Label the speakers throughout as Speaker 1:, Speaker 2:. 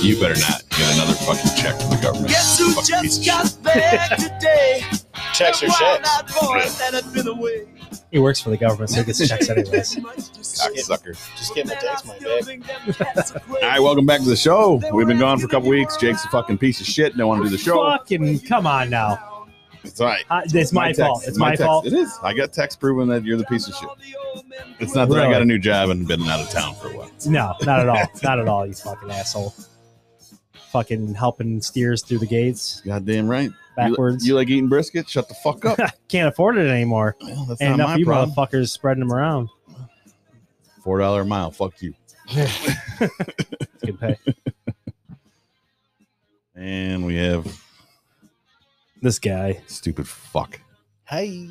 Speaker 1: You better not get another fucking check from the government.
Speaker 2: Guess who
Speaker 1: Fucking piece
Speaker 2: just
Speaker 1: of
Speaker 2: got back today?
Speaker 3: Checks are
Speaker 2: And why
Speaker 3: checks.
Speaker 2: not boys that had been away?
Speaker 4: He works for the government, so he gets checks anyways.
Speaker 1: shit. Cocksucker.
Speaker 3: Just get my tax money back.
Speaker 1: All right, welcome back to the show. We've been gone for a couple weeks. Jake's a fucking piece of shit. No want to do the show.
Speaker 4: Fucking come on now.
Speaker 1: It's all right.
Speaker 4: Uh, it's my,
Speaker 1: text.
Speaker 4: fault. It's my, fault.
Speaker 1: It is. I got text proving that you're the piece of shit. It's not that I
Speaker 4: Really?
Speaker 1: got a new job and been out of town for a while.
Speaker 4: No, not at all. not at all. You fucking asshole. Fucking helping steers through the gates
Speaker 1: Goddamn right.
Speaker 4: backwards.
Speaker 1: You, you like eating brisket? Shut the fuck up.
Speaker 4: Can't afford it anymore.
Speaker 1: Well, that's
Speaker 4: And
Speaker 1: not
Speaker 4: enough
Speaker 1: my
Speaker 4: you
Speaker 1: problem.
Speaker 4: motherfuckers spreading them around.
Speaker 1: Four dollar a mile. Fuck you.
Speaker 4: It's good pay.
Speaker 1: And we have
Speaker 4: this guy.
Speaker 1: stupid fuck.
Speaker 3: Hey.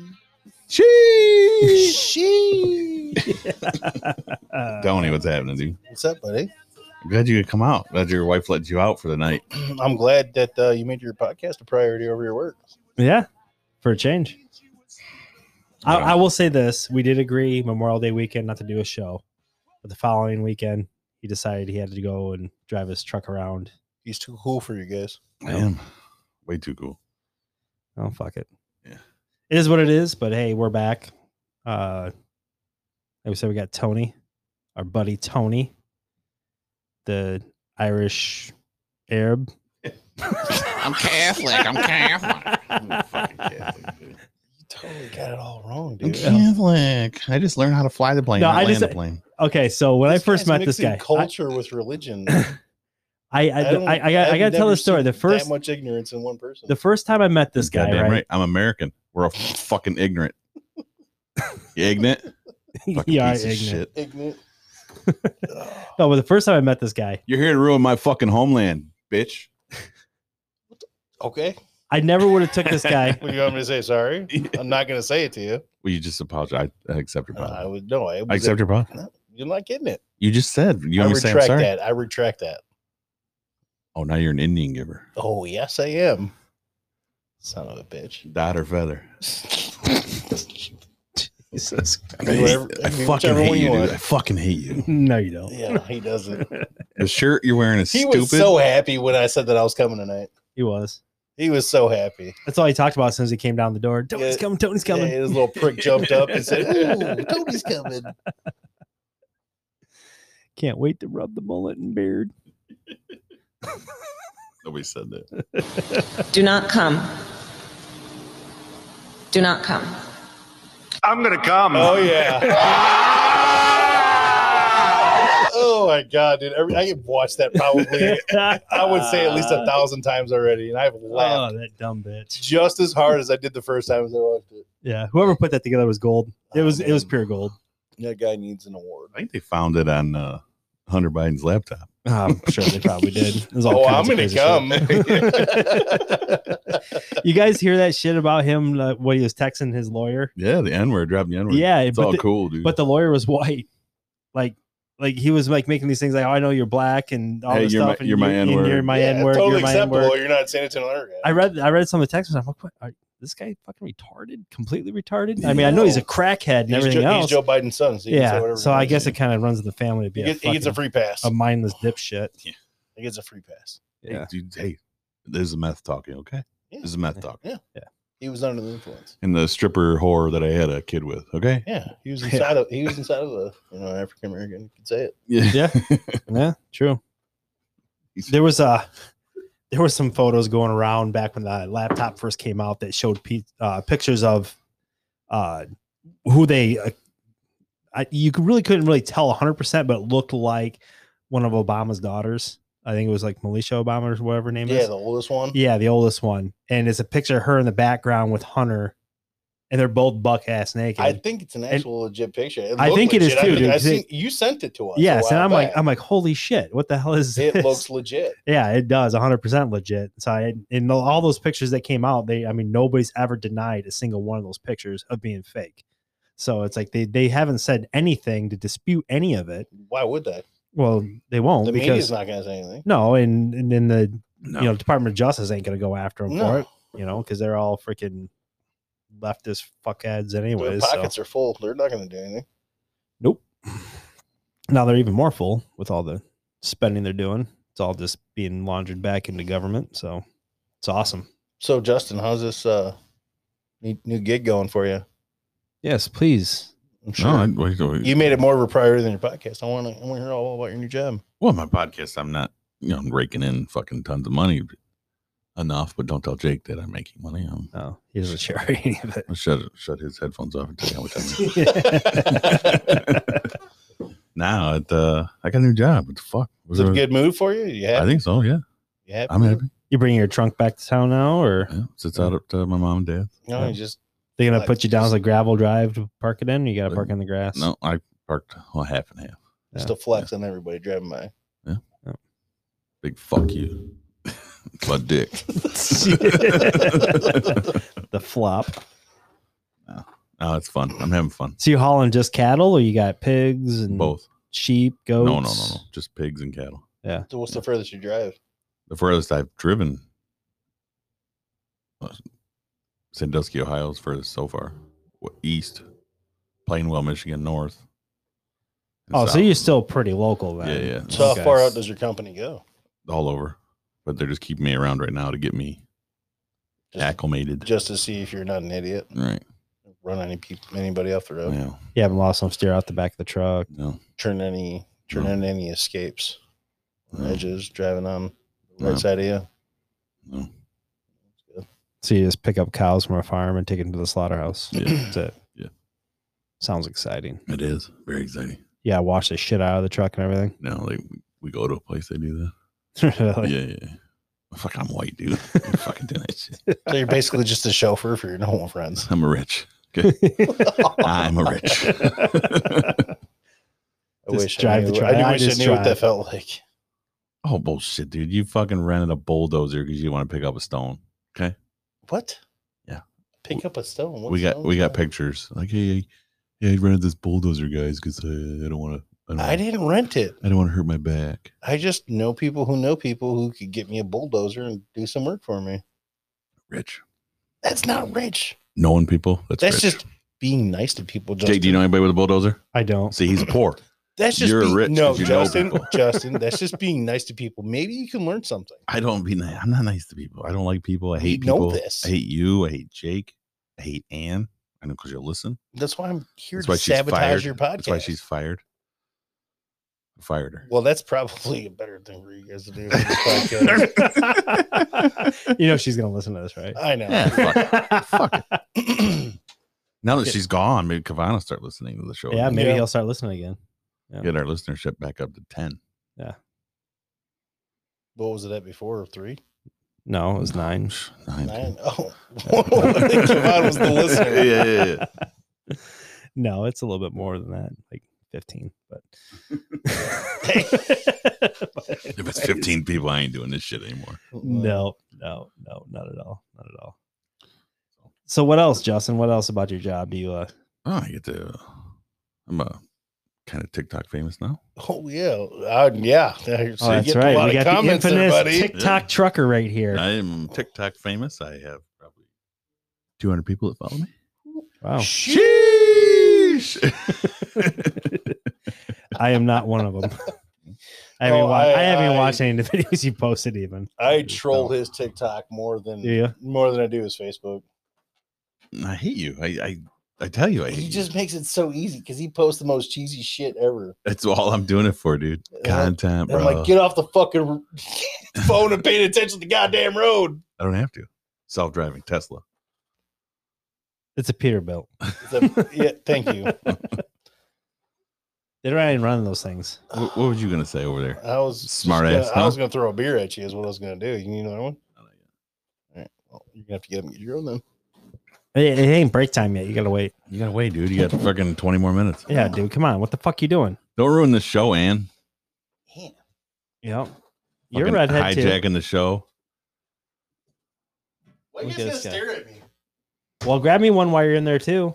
Speaker 1: She.
Speaker 3: She.
Speaker 4: Uh,
Speaker 1: Tony, what's happening, dude?
Speaker 3: What's up, buddy?
Speaker 1: I'm glad you could come out. Glad your wife let you out for the night.
Speaker 3: I'm glad that uh, you made your podcast a priority over your work.
Speaker 4: Yeah, for a change. I,
Speaker 1: Yeah.
Speaker 4: I will say this: we did agree Memorial Day weekend not to do a show, but the following weekend he decided he had to go and drive his truck around.
Speaker 3: He's too cool for you guys.
Speaker 1: Man, way too cool.
Speaker 4: Oh fuck it!
Speaker 1: Yeah.
Speaker 4: it is what it is. But hey, we're back. Uh, like we said, we got Tony, our buddy Tony, the Irish Arab.
Speaker 5: I'm Catholic. I'm Catholic.
Speaker 1: Fucking Catholic, dude.
Speaker 3: You totally got it all wrong,
Speaker 1: I'm
Speaker 3: dude.
Speaker 1: Catholic. I just learned how to fly the plane,
Speaker 4: No,
Speaker 1: not
Speaker 4: I
Speaker 1: land
Speaker 4: just-
Speaker 1: the plane.
Speaker 4: okay, so when
Speaker 3: This
Speaker 4: I first
Speaker 3: guy's
Speaker 4: met this
Speaker 3: mixing
Speaker 4: guy, I-
Speaker 3: culture with religion.
Speaker 4: I I,
Speaker 3: don't-
Speaker 4: I, I, got I
Speaker 3: I've
Speaker 4: got to tell
Speaker 3: never
Speaker 4: the story.
Speaker 3: seen
Speaker 4: The first
Speaker 3: that much ignorance in one person.
Speaker 4: the first time I met this guy,
Speaker 1: Goddamn
Speaker 4: right?
Speaker 1: I'm American. We're all fucking ignorant. You ignorant? Fucking
Speaker 4: you are
Speaker 1: piece of
Speaker 4: ignorant.
Speaker 1: shit.
Speaker 3: ignorant.
Speaker 4: No, but the first time I met this guy,
Speaker 1: You're here to ruin my fucking homeland, bitch.
Speaker 3: okay.
Speaker 4: I never would have took this guy.
Speaker 3: What do you want me to say? Sorry, I'm not going to say it to you.
Speaker 1: Will you just apologize? I, I accept your
Speaker 3: Uh, I
Speaker 1: apology.
Speaker 3: would no. I,
Speaker 1: I accept your apology.
Speaker 3: No, you're not getting it.
Speaker 1: You just said you
Speaker 3: I
Speaker 1: want me to say I'm
Speaker 3: retract
Speaker 1: sorry.
Speaker 3: that. I retract that.
Speaker 1: Oh, now you're an Indian giver.
Speaker 3: Oh yes, I am. Son of a bitch.
Speaker 1: Dot or feather.
Speaker 4: Jesus
Speaker 1: I,
Speaker 3: I mean,
Speaker 1: hate-
Speaker 3: whatever-
Speaker 1: I
Speaker 3: I mean,
Speaker 1: fucking
Speaker 3: whichever
Speaker 1: hate
Speaker 3: one you
Speaker 1: you, dude.
Speaker 3: want.
Speaker 1: I fucking hate you.
Speaker 4: No, you don't.
Speaker 3: Yeah, he doesn't.
Speaker 1: The shirt you're wearing is
Speaker 3: He
Speaker 1: stupid.
Speaker 3: was so happy when I said that I was coming tonight.
Speaker 4: He was.
Speaker 3: He was so happy.
Speaker 4: That's all he talked about as soon as he came down the door. Tony's
Speaker 3: Yeah.
Speaker 4: coming. Tony's
Speaker 3: Yeah,
Speaker 4: coming.
Speaker 3: his little prick jumped up and said, "Ooh, Tony's coming."
Speaker 4: Can't wait to rub the mullet and beard.
Speaker 1: Nobody said that.
Speaker 6: Do not come. Do not come.
Speaker 3: Oh yeah. oh my god, dude! Every, I have watched that probably. I would say at least a thousand times already, and I've laughed
Speaker 4: Oh, that dumb bitch.
Speaker 3: just as hard as I did the first time as I watched it.
Speaker 4: Yeah. Whoever put that together was gold. It
Speaker 3: Oh,
Speaker 4: was it was
Speaker 3: man.
Speaker 4: pure gold.
Speaker 3: That guy needs an award.
Speaker 1: I think they found it on uh, Hunter Biden's laptop.
Speaker 4: Oh, I'm sure they probably did. It was all
Speaker 3: Oh,
Speaker 4: kinds
Speaker 3: I'm
Speaker 4: of
Speaker 3: gonna
Speaker 4: crazy
Speaker 3: come.
Speaker 4: shit. You guys hear that shit about him uh, when he was texting his lawyer?
Speaker 1: Yeah, the N word. Dropping the N word.
Speaker 4: Yeah,
Speaker 1: it's
Speaker 4: but
Speaker 1: all
Speaker 4: the-
Speaker 1: cool, dude.
Speaker 4: but the lawyer was white. Like, like he was like making these things like, oh, I know you're black and all
Speaker 1: Hey,
Speaker 4: this
Speaker 1: you're my-
Speaker 4: stuff. and
Speaker 1: you're my
Speaker 4: and
Speaker 1: N-word.
Speaker 4: You're my
Speaker 3: Yeah,
Speaker 4: N word.
Speaker 3: Totally
Speaker 4: you're my N
Speaker 3: acceptable.
Speaker 4: word.
Speaker 3: You're not saying it to another guy.
Speaker 4: I read, I read some of the text. messages. I'm like, what? Are, this guy fucking retarded, completely retarded. I mean, I know he's a
Speaker 3: No.
Speaker 4: crackhead and
Speaker 3: He's
Speaker 4: everything
Speaker 3: Joe,
Speaker 4: else.
Speaker 3: He's Joe Biden's son. So he can say
Speaker 4: yeah.
Speaker 3: whatever he
Speaker 4: So I
Speaker 3: wants.
Speaker 4: guess it kind of runs in the family to be
Speaker 3: he,
Speaker 4: a,
Speaker 3: gets, he gets a
Speaker 4: fucking-
Speaker 3: free pass.
Speaker 4: a mindless dipshit.
Speaker 3: he gets a free pass.
Speaker 1: hey,
Speaker 4: yeah.
Speaker 1: dude, hey, this is meth talking. Okay,
Speaker 3: Yeah.
Speaker 1: this is meth talking.
Speaker 3: He was under the influence.
Speaker 1: and the stripper whore that I had a kid with. Okay.
Speaker 3: Yeah, he was
Speaker 4: Yeah.
Speaker 3: inside of he was inside of a you know African American. You could say it.
Speaker 1: Yeah.
Speaker 4: Yeah. Yeah. True. There was a. There were some photos going around back when the laptop first came out that showed pe- uh, pictures of uh, who they. Uh, I, you could- really couldn't really tell 100, percent but it looked like one of Obama's daughters. I think it was like Militia Obama or whatever her name
Speaker 3: Yeah,
Speaker 4: is.
Speaker 3: the oldest one.
Speaker 4: yeah, the oldest one, and it's a picture of her in the background with Hunter, and they're both buck ass naked.
Speaker 3: I think it's an actual legit picture. It
Speaker 4: I
Speaker 3: looked
Speaker 4: think it is
Speaker 3: legit. I
Speaker 4: too,
Speaker 3: think-
Speaker 4: dude,
Speaker 3: I
Speaker 4: 'cause
Speaker 3: seen,
Speaker 4: it-
Speaker 3: you sent it to us. a
Speaker 4: yes, and
Speaker 3: while
Speaker 4: I'm like,
Speaker 3: back.
Speaker 4: I'm like, holy shit, what the hell is
Speaker 3: it
Speaker 4: this?
Speaker 3: looks legit.
Speaker 4: Yeah, it does 100% legit. So, I, in the- all those pictures that came out, they, I mean, nobody's ever denied a single one of those pictures of being fake. So it's like they, they haven't said anything to dispute any of it.
Speaker 3: Why would they?
Speaker 4: Well, they won't
Speaker 3: The media's
Speaker 4: because
Speaker 3: not going to say anything.
Speaker 4: no, and and then the
Speaker 1: No.
Speaker 4: you know, Department of Justice ain't gonna go after them for
Speaker 3: No.
Speaker 4: it, you know, because they're all freaking leftist fuckheads
Speaker 3: Their
Speaker 4: anyways. So.
Speaker 3: pockets are full. They're not going to do anything.
Speaker 4: Nope. Now they're even more full with all the spending they're doing. It's all just being laundered back into government. So it's awesome.
Speaker 3: So, Justin, how's this uh, new, new gig going for you?
Speaker 4: Yes, please.
Speaker 3: I'm
Speaker 1: No, I- wait, wait.
Speaker 3: you made it more of a priority than your podcast. I want to. I want to hear all about your new job.
Speaker 1: well, my podcast, I'm not, you know, I'm raking in fucking tons of money enough, but don't tell Jake that I'm making money. I'm,
Speaker 4: Oh, he doesn't share any of
Speaker 1: I'll shut shut his headphones off and tell you how much I make.
Speaker 4: it.
Speaker 1: now, it, uh, I got a new job. What the fuck?
Speaker 3: Is it a good move for you? You happy?
Speaker 1: I think so. Yeah,
Speaker 3: you happy?
Speaker 1: I'm happy.
Speaker 4: you bringing your trunk back to town now, or
Speaker 1: Yeah, sits out up to my mom and dad.
Speaker 3: No, you just
Speaker 4: they gonna
Speaker 3: Like,
Speaker 4: put you down as a gravel drive to park it in? You gotta
Speaker 1: Like,
Speaker 4: park in the grass.
Speaker 1: No, I parked well, half and half.
Speaker 4: Yeah.
Speaker 3: just a flex on everybody driving by.
Speaker 1: Big fuck you. It's my dick.
Speaker 4: the flop.
Speaker 1: oh, it's fun. I'm having fun.
Speaker 4: So you hauling just cattle, or you got pigs and
Speaker 1: Both.
Speaker 4: sheep,
Speaker 1: No,
Speaker 4: goats?
Speaker 1: no, no, no. Just pigs and cattle.
Speaker 3: So, what's the furthest you drive?
Speaker 1: The furthest I've driven, uh, Sandusky, Ohio's furthest so far. What, east, Plainwell, Michigan, north. and
Speaker 4: Oh, so
Speaker 1: south.
Speaker 4: you're still pretty local then?
Speaker 1: Yeah, yeah.
Speaker 3: So,
Speaker 4: Okay.
Speaker 3: how far out does your company go?
Speaker 1: all over. But they're just keeping me around right now to get me
Speaker 3: Just-
Speaker 1: acclimated.
Speaker 3: Just to see if you're not an idiot,
Speaker 1: right.
Speaker 3: run any people, anybody off the road,
Speaker 1: Yeah.
Speaker 4: You haven't lost some steer out the back of the truck.
Speaker 1: No.
Speaker 3: turn any, turn
Speaker 1: No.
Speaker 3: in any escapes,
Speaker 1: No.
Speaker 3: edges, driving on the right
Speaker 1: No.
Speaker 3: side of you.
Speaker 1: no.
Speaker 4: So you just pick up cows from a farm and take them to the slaughterhouse.
Speaker 1: Yeah.
Speaker 4: That's it.
Speaker 1: Yeah.
Speaker 4: Sounds exciting.
Speaker 1: It is very exciting.
Speaker 4: Yeah, wash the shit out of the truck and everything.
Speaker 1: No, like we- we go to a place they do that.
Speaker 4: Really?
Speaker 1: yeah, yeah. Fuck, I'm white, dude. I'm fucking doing that shit.
Speaker 3: So you're basically just a chauffeur for your normal friends.
Speaker 1: I'm a rich. I'm a rich.
Speaker 3: I
Speaker 4: Just
Speaker 3: wish
Speaker 4: drive
Speaker 3: I
Speaker 4: the
Speaker 3: knew,
Speaker 4: truck.
Speaker 3: I do
Speaker 4: I
Speaker 3: wish I
Speaker 4: just
Speaker 3: knew what
Speaker 4: drive.
Speaker 3: that felt like.
Speaker 1: oh bullshit, dude. You fucking rented a bulldozer because you want to pick up a stone.
Speaker 3: What?
Speaker 1: Yeah.
Speaker 3: Pick up a stone. What
Speaker 1: we got
Speaker 3: stone's
Speaker 1: we got
Speaker 3: that?
Speaker 1: pictures. Like, hey, yeah, I rented this bulldozer, guys, because I, I don't want to.
Speaker 3: I didn't rent it.
Speaker 1: I don't want to hurt my back.
Speaker 3: I just know people who know people who could get me a bulldozer and do some work for me.
Speaker 1: Rich,
Speaker 3: That's not rich.
Speaker 1: knowing people. That's,
Speaker 3: That's
Speaker 1: rich.
Speaker 3: just being nice to people. Justin.
Speaker 1: Jake. Do you know anybody with a bulldozer?
Speaker 4: I don't.
Speaker 1: See, he's poor.
Speaker 3: That's just
Speaker 1: you're
Speaker 3: being,
Speaker 1: rich
Speaker 3: no,
Speaker 1: 'cause you know
Speaker 3: Justin.
Speaker 1: people.
Speaker 3: Justin, that's just being nice to people. Maybe you can learn something.
Speaker 1: I don't be nice. I'm not nice to people. I don't like people. I
Speaker 3: We
Speaker 1: hate
Speaker 3: know
Speaker 1: people.
Speaker 3: this.
Speaker 1: I hate you. I hate Jake. I hate Ann. I know because you'll listen.
Speaker 3: That's why I'm here
Speaker 1: That's why
Speaker 3: to
Speaker 1: she's
Speaker 3: sabotage
Speaker 1: fired.
Speaker 3: your podcast.
Speaker 1: That's why she's fired. I fired her.
Speaker 3: well, that's probably a better thing for you guys to do. for this podcast.
Speaker 4: you know she's gonna listen to this, right?
Speaker 3: I know.
Speaker 1: Yeah, fuck it. Fuck it.
Speaker 3: Get
Speaker 1: Now that
Speaker 3: Yeah.
Speaker 1: she's gone, maybe Kavanaugh start listening to the show.
Speaker 4: Yeah,
Speaker 1: again.
Speaker 4: maybe
Speaker 3: Yeah.
Speaker 4: he'll start listening again.
Speaker 1: Get our listenership back up to ten.
Speaker 3: What was it at before? Three?
Speaker 4: No, it was nine.
Speaker 1: Nine.
Speaker 3: Nine? Oh. I think Javon was the listener.
Speaker 1: yeah, yeah, yeah.
Speaker 4: no, it's a little bit more than that, like fifteen. But
Speaker 1: If it's fifteen people, I ain't doing this shit anymore.
Speaker 4: no, no, no, not at all, not at all. So what else, Justin? What else about your job do you? uh
Speaker 1: Oh, I get to. I'm a kind of TikTok famous now.
Speaker 3: Oh yeah, uh, yeah. So you
Speaker 4: Oh, that's
Speaker 3: get a lot
Speaker 4: right. We
Speaker 3: of
Speaker 4: got the
Speaker 3: comments there,
Speaker 4: infamous
Speaker 3: buddy.
Speaker 4: TikTok trucker right here.
Speaker 1: I am TikTok famous. I have probably 200 people that follow me.
Speaker 4: Wow,
Speaker 1: Sheesh.
Speaker 4: I am not one of them. I haven't,
Speaker 3: Oh,
Speaker 4: wa- I,
Speaker 3: I-
Speaker 4: haven't
Speaker 3: I-
Speaker 4: watched any of the videos you posted even.
Speaker 3: I troll his TikTok more than
Speaker 4: Oh. Yeah.
Speaker 3: more than I do his Facebook.
Speaker 1: I hate you. I, I I tell you, I hate
Speaker 3: He
Speaker 1: you.
Speaker 3: just makes it so easy because he posts the most cheesy shit ever.
Speaker 1: That's all I'm doing it for, dude.
Speaker 3: And I'm-
Speaker 1: Content,
Speaker 3: and I'm
Speaker 1: bro.
Speaker 3: like, get off the fucking phone and paying attention to the goddamn road.
Speaker 1: I don't have to. Self-driving Tesla.
Speaker 4: It's a Peterbilt.
Speaker 3: It's a- yeah, thank you.
Speaker 4: They're not even running those things.
Speaker 1: What, what were you gonna say over there?
Speaker 3: I was just
Speaker 1: Smart
Speaker 3: gonna-
Speaker 1: ass,
Speaker 3: I was
Speaker 1: huh?
Speaker 3: gonna throw a beer at you. Is what I was gonna do. You need another one? All right. Well, you're gonna have to get him get your own then.
Speaker 4: It, it ain't break time yet. You gotta wait.
Speaker 1: You gotta wait, dude. You got fucking 20 more minutes.
Speaker 4: Yeah, dude. Come on. What the fuck you doing?
Speaker 1: Don't ruin the show, Ann.
Speaker 4: Yep. You're
Speaker 1: Fucking
Speaker 4: redhead too.
Speaker 1: hijacking the show.
Speaker 3: Why
Speaker 4: are you Look guys at gonna this guy. stare
Speaker 3: at me?
Speaker 4: Well, grab me one while you're in there too.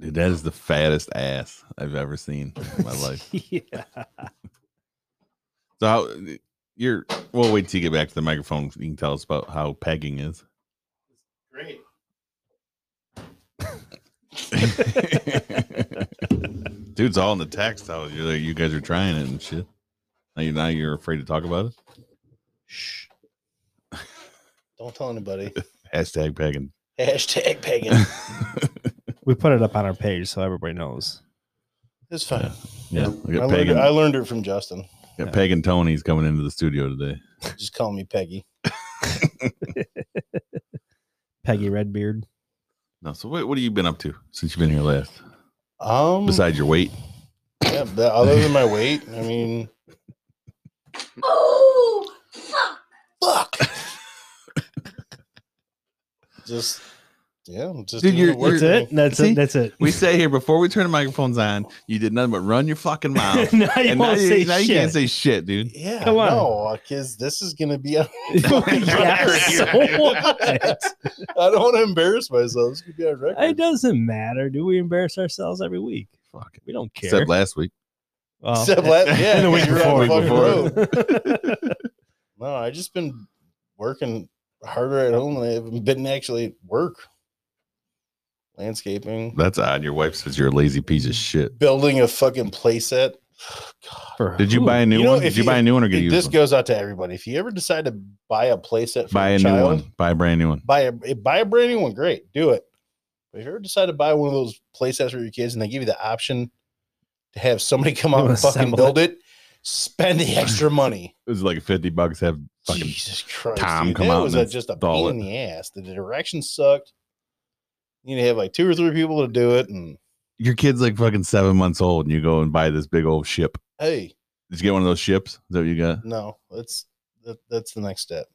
Speaker 1: Dude, that is the fattest ass I've ever seen in my life.
Speaker 4: yeah.
Speaker 1: So how you're We'll wait till you get back to the microphone. You can tell us about how pegging is.
Speaker 3: Great.
Speaker 1: Dude's all in the text. How you're like, you guys are trying it and shit. Now you now you're afraid to talk about it.
Speaker 3: Shh. Don't tell anybody.
Speaker 1: Hashtag pegging.
Speaker 3: Hashtag pagan.
Speaker 4: We put it up on our page so everybody knows.
Speaker 3: It's fine.
Speaker 1: Yeah, we
Speaker 3: I
Speaker 1: got
Speaker 3: learned, it,
Speaker 1: pagan.
Speaker 3: I learned it from Justin.
Speaker 1: got pagan Tony's coming into the studio today.
Speaker 3: Just call me Peggy.
Speaker 4: Peggy Redbeard.
Speaker 1: No, so what, what have you been up to since you've been here last?
Speaker 3: Um,
Speaker 1: Besides your weight,
Speaker 3: yeah, but other than my weight, I mean,
Speaker 6: Oh, fuck.
Speaker 3: fuck. just yeah, just
Speaker 1: Dude,
Speaker 3: doing
Speaker 1: you're-
Speaker 3: the work
Speaker 4: That's it.
Speaker 3: thing.
Speaker 4: That's
Speaker 1: See?
Speaker 4: it. That's it.
Speaker 1: we say here before we turn the microphones on, you did nothing but run your fucking mouth.
Speaker 4: now you
Speaker 1: and now,
Speaker 4: won't
Speaker 1: you,
Speaker 4: say
Speaker 1: now you
Speaker 4: shit.
Speaker 1: can't say shit, dude.
Speaker 3: Yeah,
Speaker 4: Come on.
Speaker 3: no, because this is gonna be. I
Speaker 4: Yeah, so what?
Speaker 3: don't want to embarrass myself. This could be on record.
Speaker 4: It doesn't matter. Do we embarrass ourselves every week?
Speaker 1: Fuck it.
Speaker 4: We don't care.
Speaker 1: Except last week.
Speaker 4: Well,
Speaker 3: Except last- yeah,
Speaker 4: and the week
Speaker 3: you're on
Speaker 4: before.
Speaker 3: the fucking
Speaker 4: Before.
Speaker 3: No, I just been working harder at home than I haven't been actually at work. Landscaping,
Speaker 1: That's odd. Your wife says you're a lazy piece of shit.
Speaker 3: building a fucking playset.
Speaker 4: For
Speaker 1: Did you
Speaker 4: who?
Speaker 1: buy a new
Speaker 3: You know,
Speaker 1: one?
Speaker 3: if
Speaker 1: Did you
Speaker 3: you-
Speaker 1: buy a new one or get
Speaker 3: Dude,
Speaker 1: used
Speaker 3: This
Speaker 1: one?
Speaker 3: goes out to everybody. If you ever decide to buy a playset for
Speaker 1: buy
Speaker 3: your
Speaker 1: a new
Speaker 3: child,
Speaker 1: one. Buy a brand new one.
Speaker 3: buy a eh, buy a brand new one, great, do it. But if you ever decide to buy one of those playsets for your kids and they give you the option to have somebody come out
Speaker 4: Wanna
Speaker 3: and fucking
Speaker 4: assemble
Speaker 3: build it, spend the extra money.
Speaker 1: It was like fifty bucks. Have fucking
Speaker 3: Jesus Christ,
Speaker 1: Tom
Speaker 3: dude.
Speaker 1: come
Speaker 3: that
Speaker 1: out
Speaker 3: was
Speaker 1: and
Speaker 3: a, just a
Speaker 1: install
Speaker 3: pain in the ass. The directions sucked. You need to have like two or three people to do it, and
Speaker 1: your kid's like fucking seven months old, and you go and buy this big old ship.
Speaker 3: hey,
Speaker 1: Did you get one of those ships? Is that what you got?
Speaker 3: no, that's that, that's the next step.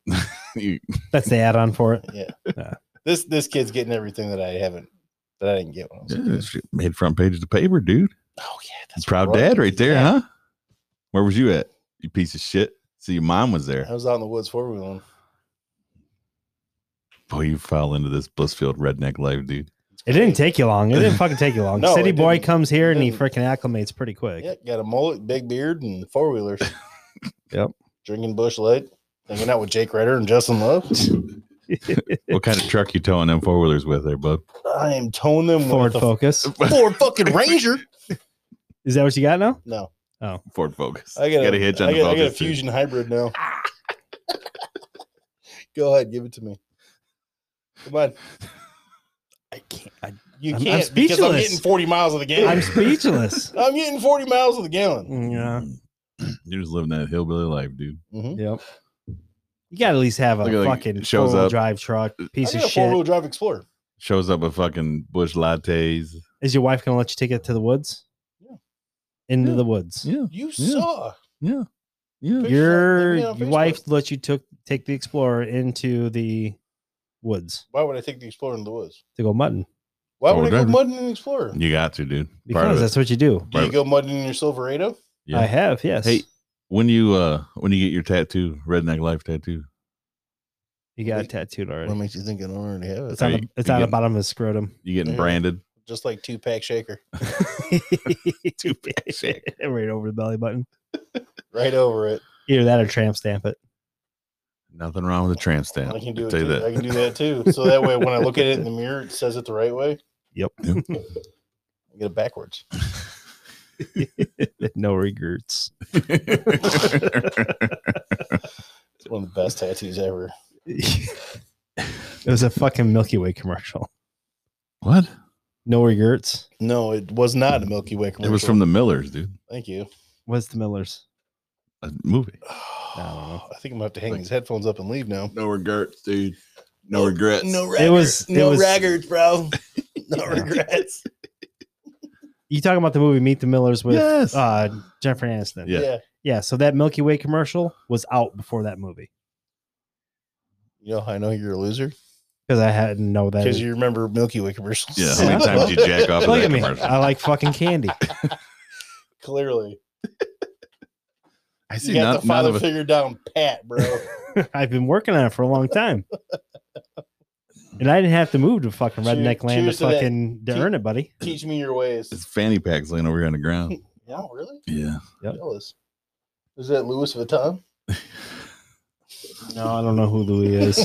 Speaker 1: You-
Speaker 4: That's the add-on for it.
Speaker 3: This this kid's getting everything that I haven't that I didn't get when I was a
Speaker 1: yeah,
Speaker 3: kid.
Speaker 1: this shit made front page of the paper, dude.
Speaker 3: Oh yeah, that's
Speaker 1: Proud
Speaker 3: right.
Speaker 1: dad right there,
Speaker 3: Yeah.
Speaker 1: huh? Where was you at? You piece of shit. See, your mom was there.
Speaker 3: I was out in the woods four wheeling.
Speaker 1: Boy, you fell into this Blissfield redneck life, dude.
Speaker 4: It didn't take you long. It didn't fucking take you long.
Speaker 3: No,
Speaker 4: City
Speaker 3: it
Speaker 4: boy
Speaker 3: didn't.
Speaker 4: comes here
Speaker 3: It
Speaker 4: and he
Speaker 3: didn't.
Speaker 4: freaking acclimates pretty quick.
Speaker 3: Yeah, got a mullet, big beard, and four wheelers.
Speaker 4: Yep.
Speaker 3: Drinking Bush Light, hanging out with Jake Ryder and Justin Love.
Speaker 1: What kind of truck you towing them four wheelers with there, bud?
Speaker 3: I am towing them
Speaker 4: Ford
Speaker 3: with
Speaker 4: Focus.
Speaker 3: a Ford fucking Ranger.
Speaker 4: Is that what you got now?
Speaker 3: No,
Speaker 1: Ford Focus.
Speaker 3: I got,
Speaker 1: Got
Speaker 3: a,
Speaker 1: a hitch on
Speaker 3: I
Speaker 1: the
Speaker 3: got, I got a
Speaker 1: Focus. dude.
Speaker 3: Fusion hybrid now. Go ahead, give it to me. Come on,
Speaker 4: I can't. I,
Speaker 3: you
Speaker 4: I'm- I'm
Speaker 3: can't because I'm
Speaker 4: speechless.
Speaker 3: getting 40 miles of the gallon.
Speaker 4: I'm
Speaker 3: I'm,
Speaker 4: Mm, speechless.
Speaker 3: getting 40 miles of the gallon.
Speaker 4: yeah.
Speaker 1: You're just living that hillbilly life, dude.
Speaker 3: Mhm.
Speaker 4: Yep. You got to at least have a
Speaker 1: Look at, like,
Speaker 4: fucking
Speaker 1: shows
Speaker 4: four-wheel
Speaker 1: up.
Speaker 4: drive truck piece
Speaker 3: I
Speaker 4: of
Speaker 3: got a four wheel
Speaker 4: shit.
Speaker 3: drive Explorer.
Speaker 1: Shows up with fucking bush lattes.
Speaker 4: Is your wife gonna let you take it to the woods?
Speaker 3: Yeah.
Speaker 4: Into
Speaker 1: Yeah.
Speaker 4: the woods.
Speaker 1: Yeah,
Speaker 3: You
Speaker 1: Yeah.
Speaker 3: saw
Speaker 1: yeah, yeah.
Speaker 3: Pictures
Speaker 4: Your,
Speaker 3: on- maybe
Speaker 4: your
Speaker 3: on
Speaker 4: wife
Speaker 3: Facebook.
Speaker 4: let you took take the Explorer into the woods
Speaker 3: Why would I take the Explorer in the woods?
Speaker 4: to go mudding
Speaker 3: Why would
Speaker 1: Four-wheel
Speaker 3: I go
Speaker 1: drive.
Speaker 3: mudding in the Explorer?
Speaker 1: You got to, dude. Part
Speaker 4: because
Speaker 1: of it.
Speaker 4: that's what you do.
Speaker 3: Do you
Speaker 1: Right.
Speaker 3: go mudding in your Silverado?
Speaker 1: Yeah.
Speaker 4: I have yes.
Speaker 1: Hey, when you uh when you get your tattoo, redneck life tattoo,
Speaker 4: you got it tattooed already.
Speaker 3: What makes you think I don't already have it?
Speaker 4: It's on
Speaker 1: Are
Speaker 4: the,
Speaker 1: you-
Speaker 4: it's
Speaker 1: you
Speaker 4: on the
Speaker 1: getting-
Speaker 4: bottom of the scrotum.
Speaker 1: you getting
Speaker 3: Yeah.
Speaker 1: branded.
Speaker 3: Just like two pack shaker,
Speaker 4: Too bad. right over the belly button.
Speaker 3: right over it.
Speaker 4: Either that or tramp stamp it.
Speaker 1: Nothing wrong with a tramp stamp.
Speaker 3: I can do it.
Speaker 1: Tell you
Speaker 3: Too. I can do that too. So that way, when I look at it in the mirror, it says it the right way.
Speaker 4: Yep.
Speaker 3: I get it backwards.
Speaker 4: no regrets.
Speaker 1: that.
Speaker 3: It's one of the best tattoos ever.
Speaker 4: it was a fucking Milky Way commercial.
Speaker 1: what?
Speaker 4: No regrets.
Speaker 3: No, it was not a Milky Way.
Speaker 1: It was from the Millers, dude.
Speaker 3: Thank you.
Speaker 4: What's the Millers?
Speaker 1: A movie.
Speaker 4: know.
Speaker 3: I think I'm gonna have to hang these headphones up and leave now.
Speaker 1: No regrets, dude. No regrets.
Speaker 3: regrets.
Speaker 4: was- it was-
Speaker 3: records, bro. No
Speaker 4: Yeah.
Speaker 3: regrets.
Speaker 4: You talking about the movie Meet the Millers with
Speaker 1: Yes.
Speaker 4: uh, Jennifer Aniston?
Speaker 1: Yeah.
Speaker 3: Yeah.
Speaker 4: Yeah, So that Milky Way commercial was out before that movie
Speaker 3: You know how I know you're a loser
Speaker 4: because I hadn't know that.
Speaker 3: because you remember Milky Way commercials.
Speaker 1: Yeah. How many times you jack off? of
Speaker 4: Look
Speaker 1: that
Speaker 4: at me.
Speaker 1: commercial?
Speaker 4: I like fucking candy.
Speaker 3: Clearly,
Speaker 1: I
Speaker 3: you
Speaker 1: see
Speaker 3: got
Speaker 1: not,
Speaker 3: the
Speaker 1: none
Speaker 3: father
Speaker 1: of us.
Speaker 3: figure down, pat, bro.
Speaker 4: I've been working on it for a long time. And I didn't have to move to fucking
Speaker 3: Cheer-
Speaker 4: redneck land to
Speaker 3: cheers to that.
Speaker 4: fucking to
Speaker 3: Cheer-
Speaker 4: earn it, buddy.
Speaker 3: Teach me your ways.
Speaker 1: It's fanny packs laying over here on the ground.
Speaker 3: Yeah, really?
Speaker 1: Yeah.
Speaker 4: Yep.
Speaker 3: Jealous. Is that Louis Vuitton?
Speaker 4: No, I don't know who Louis is.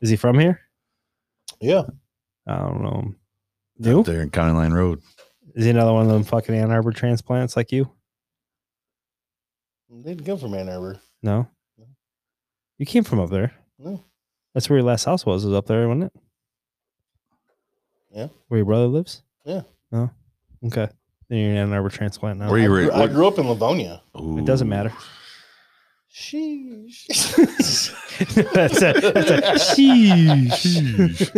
Speaker 4: is he from here?
Speaker 3: yeah.
Speaker 4: I don't know.
Speaker 1: Up
Speaker 4: New?
Speaker 1: there in County Line Road.
Speaker 4: Is he another one of them fucking Ann Arbor transplants like you?
Speaker 3: They didn't come from Ann Arbor.
Speaker 4: No. You came from up there.
Speaker 3: No.
Speaker 4: That's where your last house was, was up there, wasn't it?
Speaker 3: Yeah.
Speaker 4: Where your brother lives?
Speaker 3: Yeah.
Speaker 4: No. Okay. Then you're an Ann Arbor transplant now.
Speaker 1: Where
Speaker 3: I
Speaker 1: you were?
Speaker 3: grew, I grew up in Livonia.
Speaker 4: It doesn't matter.
Speaker 3: Sheesh.
Speaker 4: that's it. That's it. Sheesh.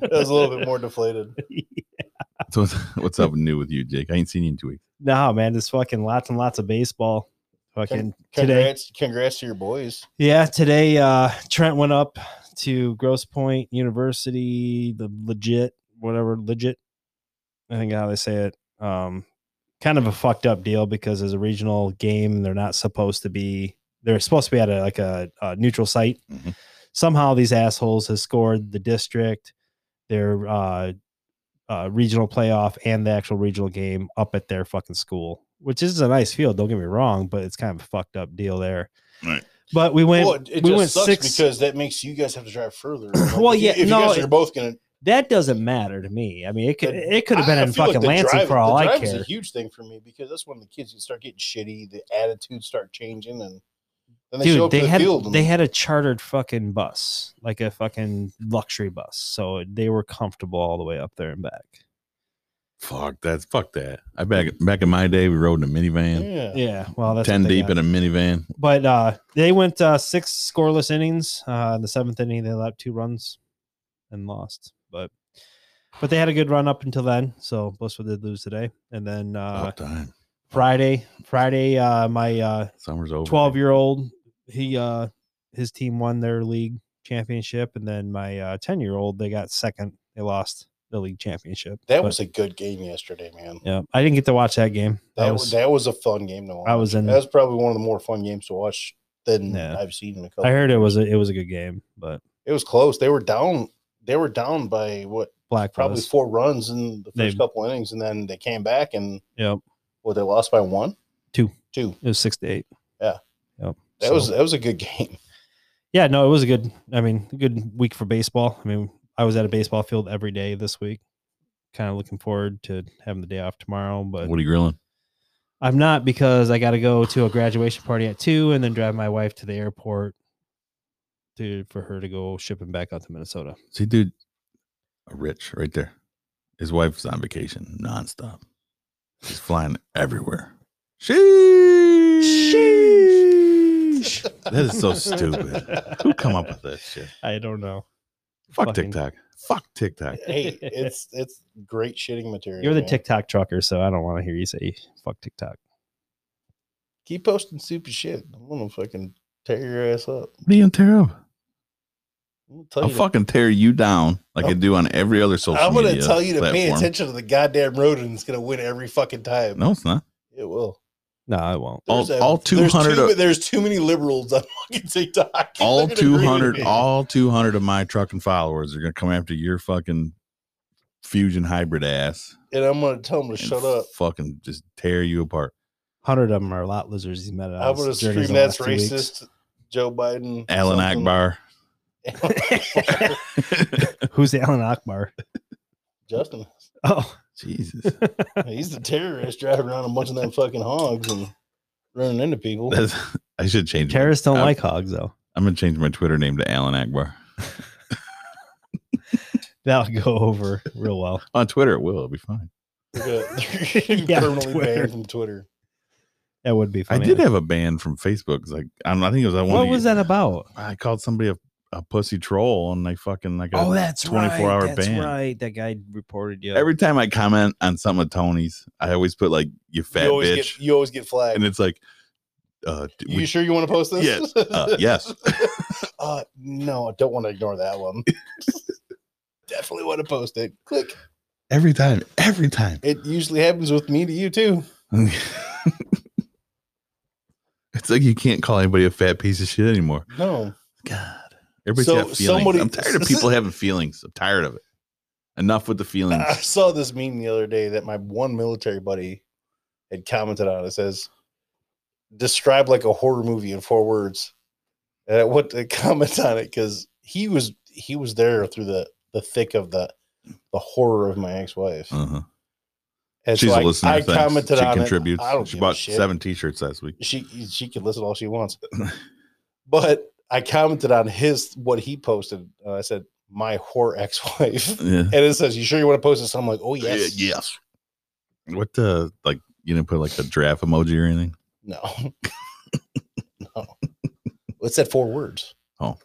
Speaker 3: that was a little bit more deflated.
Speaker 1: So what's, what's up new with you, Jake? I ain't seen you in two weeks.
Speaker 4: No, man, there's fucking lots and lots of baseball. Fucking today.
Speaker 3: Congrats, congrats to your boys.
Speaker 4: Yeah, today uh Trent went up to Gross Point University, the legit, whatever, legit. I think how they say it. Um kind of a fucked up deal because as a regional game, they're not supposed to be they're supposed to be at a like a, a neutral site.
Speaker 1: Mhm.
Speaker 4: Somehow these assholes have scored the district, their uh uh, regional playoff and the actual regional game up at their fucking school, which is a nice field. Don't get me wrong, but it's kind of a fucked up deal there.
Speaker 1: Right.
Speaker 4: But we went.
Speaker 3: well, it it
Speaker 4: we
Speaker 3: just
Speaker 4: went
Speaker 3: sucks
Speaker 4: six.
Speaker 3: because that makes you guys have to drive further.
Speaker 4: Well,
Speaker 3: if you-
Speaker 4: yeah,
Speaker 3: if
Speaker 4: no,
Speaker 3: you guys
Speaker 4: it-
Speaker 3: are both gonna,
Speaker 4: that doesn't matter to me. I mean, it could
Speaker 3: It-
Speaker 4: it could have been
Speaker 3: I- I
Speaker 4: in
Speaker 3: feel like
Speaker 4: fucking
Speaker 3: the
Speaker 4: Lansing
Speaker 3: drive-
Speaker 4: for all
Speaker 3: the
Speaker 4: I
Speaker 3: drive is
Speaker 4: care.
Speaker 3: a huge thing for me because that's when the kids can start getting shitty, the attitudes start changing, and then they show
Speaker 4: Dude,
Speaker 3: up
Speaker 4: they
Speaker 3: to the
Speaker 4: had
Speaker 3: field. And,
Speaker 4: they had a chartered fucking bus, like a fucking luxury bus, so they were comfortable all the way up there and back.
Speaker 1: Fuck that's fuck that. I back back in my day, we rode in a minivan,
Speaker 3: yeah.
Speaker 4: Yeah, well, that's what
Speaker 1: ten
Speaker 4: they
Speaker 1: deep in
Speaker 4: got.
Speaker 1: a minivan.
Speaker 4: but uh, they went uh, six scoreless innings. Uh, in the seventh inning, they allowed two runs and lost. But but they had a good run up until then. So Blissful did lose today, and then uh,
Speaker 1: Tough time.
Speaker 4: Friday, Friday, uh, my uh,
Speaker 1: Summer's over.
Speaker 4: 12 year old he uh his team won their league championship and then my uh 10 year old they got second they lost the league championship
Speaker 3: That
Speaker 4: But,
Speaker 3: was a good game yesterday, man.
Speaker 4: yeah i didn't get to watch that game
Speaker 3: That
Speaker 4: that
Speaker 3: was
Speaker 4: was
Speaker 3: that was a fun game to watch.
Speaker 4: i was in
Speaker 3: that was probably one of the more fun games to watch than
Speaker 4: Yeah.
Speaker 3: I've seen in a couple.
Speaker 4: i heard it was a, it was a good game but
Speaker 3: it was close. They were down. They were down by what
Speaker 4: black
Speaker 3: probably
Speaker 4: was.
Speaker 3: four runs in the
Speaker 4: They-
Speaker 3: first couple innings, and then they came back and
Speaker 4: Yep.
Speaker 3: well, they lost by one,
Speaker 4: Two.
Speaker 3: two.
Speaker 4: it was six to eight
Speaker 3: Yeah.
Speaker 4: yep
Speaker 3: That
Speaker 4: So-
Speaker 3: was that was a good game.
Speaker 4: yeah no it was a good i mean a good week for baseball i mean i was at a baseball field every day this week kind of looking forward to having the day off tomorrow but
Speaker 1: What are you grilling?
Speaker 4: I'm not because I got to go to a graduation party at two and then drive my wife to the airport to for her to go shipping back out to Minnesota.
Speaker 1: See, dude, Rich right there. His wife's on vacation nonstop. She's flying everywhere. Sheesh. That is so stupid. Who come up with that shit?
Speaker 4: I don't know.
Speaker 1: Fuck
Speaker 4: Fucking-
Speaker 1: TikTok. Fuck TikTok.
Speaker 3: hey, it's it's great shitting material.
Speaker 4: You're the
Speaker 3: man.
Speaker 4: TikTok trucker, so I don't want to hear you say fuck TikTok.
Speaker 3: Keep posting stupid shit. I'm gonna fucking tear your ass up.
Speaker 1: Me and Tara.
Speaker 3: I'm gonna tell
Speaker 1: I'll
Speaker 3: you to-
Speaker 1: fucking tear you down like I
Speaker 3: I'm-
Speaker 1: do on every other Oh, social
Speaker 3: I'm
Speaker 1: media.
Speaker 3: gonna tell you to pay
Speaker 1: platform.
Speaker 3: attention to the goddamn road, and it's gonna win every fucking time.
Speaker 1: No, it's not.
Speaker 3: It will.
Speaker 4: No, I won't.
Speaker 1: All-
Speaker 3: There's
Speaker 1: all
Speaker 3: there's
Speaker 1: 200
Speaker 3: too
Speaker 1: of-
Speaker 3: ma- There's too many liberals on fucking TikTok.
Speaker 1: All
Speaker 3: They're gonna agree with
Speaker 1: 200,
Speaker 3: me.
Speaker 1: all 200 of my trucking followers are going to come after your fucking fusion hybrid ass.
Speaker 3: and I'm gonna tell them
Speaker 1: and
Speaker 3: to shut up.
Speaker 1: Fucking just tear you apart.
Speaker 4: Hundred of them are lot lizards. He's met at
Speaker 3: I'm
Speaker 4: his
Speaker 3: gonna
Speaker 4: journeys
Speaker 3: scream
Speaker 4: the
Speaker 3: that's
Speaker 4: last two weeks.
Speaker 3: racist. Joe Biden,
Speaker 1: Alan Akbar.
Speaker 3: Akbar,
Speaker 4: Who's Alan Akbar?
Speaker 3: Justin.
Speaker 4: Oh,
Speaker 1: Jesus.
Speaker 3: He's the terrorist driving around a bunch of them fucking hogs and running into people.
Speaker 1: That's, I should change. my-
Speaker 4: terrorists don't
Speaker 1: I'm-
Speaker 4: like hogs though.
Speaker 1: I'm going to change my Twitter name to Alan Akbar.
Speaker 4: That'll go over real well.
Speaker 1: On Twitter, it will. It'll be fine.
Speaker 3: They're gonna- they're gonna be
Speaker 4: Yeah,
Speaker 3: permanently
Speaker 4: Twitter.
Speaker 3: banned from Twitter.
Speaker 4: That would be
Speaker 1: I
Speaker 4: funny.
Speaker 1: did have a ban from Facebook. It's like, I, don't, know, I think it was I
Speaker 4: what was that about?
Speaker 1: I called somebody a, a pussy troll and they fucking like a
Speaker 4: Oh, that's
Speaker 1: 24 hour
Speaker 4: That's
Speaker 1: ban.
Speaker 4: right. That guy reported you.
Speaker 1: every time I comment on something with Tony's, I always put like you fat
Speaker 3: you always
Speaker 1: bitch,
Speaker 3: get you always get flagged.
Speaker 1: and it's like, uh, d-
Speaker 3: you
Speaker 1: we-
Speaker 3: sure you want to post this?
Speaker 1: Yes, uh, yes.
Speaker 3: Uh, no, I don't want to ignore that one. Definitely want to post it. Click.
Speaker 1: every time, every time.
Speaker 3: It usually happens with me to you too.
Speaker 1: it's like you can't call anybody a fat piece of shit anymore.
Speaker 3: No,
Speaker 1: God, everybody's
Speaker 3: So,
Speaker 1: got feelings.
Speaker 3: somebody-
Speaker 1: I'm tired of people having feelings. I'm tired of it. Enough with the feelings.
Speaker 3: I saw this meme the other day that my one military buddy had commented on. It says, describe like a horror movie in four words. And I want to comment on it because he was he was there through the the thick of the the horror of my ex wife.
Speaker 1: Uh huh.
Speaker 3: And
Speaker 1: She's
Speaker 3: so
Speaker 1: a listener.
Speaker 3: I, I
Speaker 1: thanks.
Speaker 3: commented
Speaker 1: she
Speaker 3: on
Speaker 1: contributes.
Speaker 3: it. I don't
Speaker 1: she
Speaker 3: give a
Speaker 1: bought
Speaker 3: shit.
Speaker 1: seven T-shirts last week.
Speaker 3: She she can listen all she wants, but I commented on his what he posted. Uh, I said my whore ex wife,
Speaker 1: Yeah.
Speaker 3: and it says you sure you want to post this? I'm like, oh yes,
Speaker 1: Yeah, yes. What the like? You didn't put like a giraffe emoji or anything?
Speaker 3: No. no. What's that four words?
Speaker 1: Oh.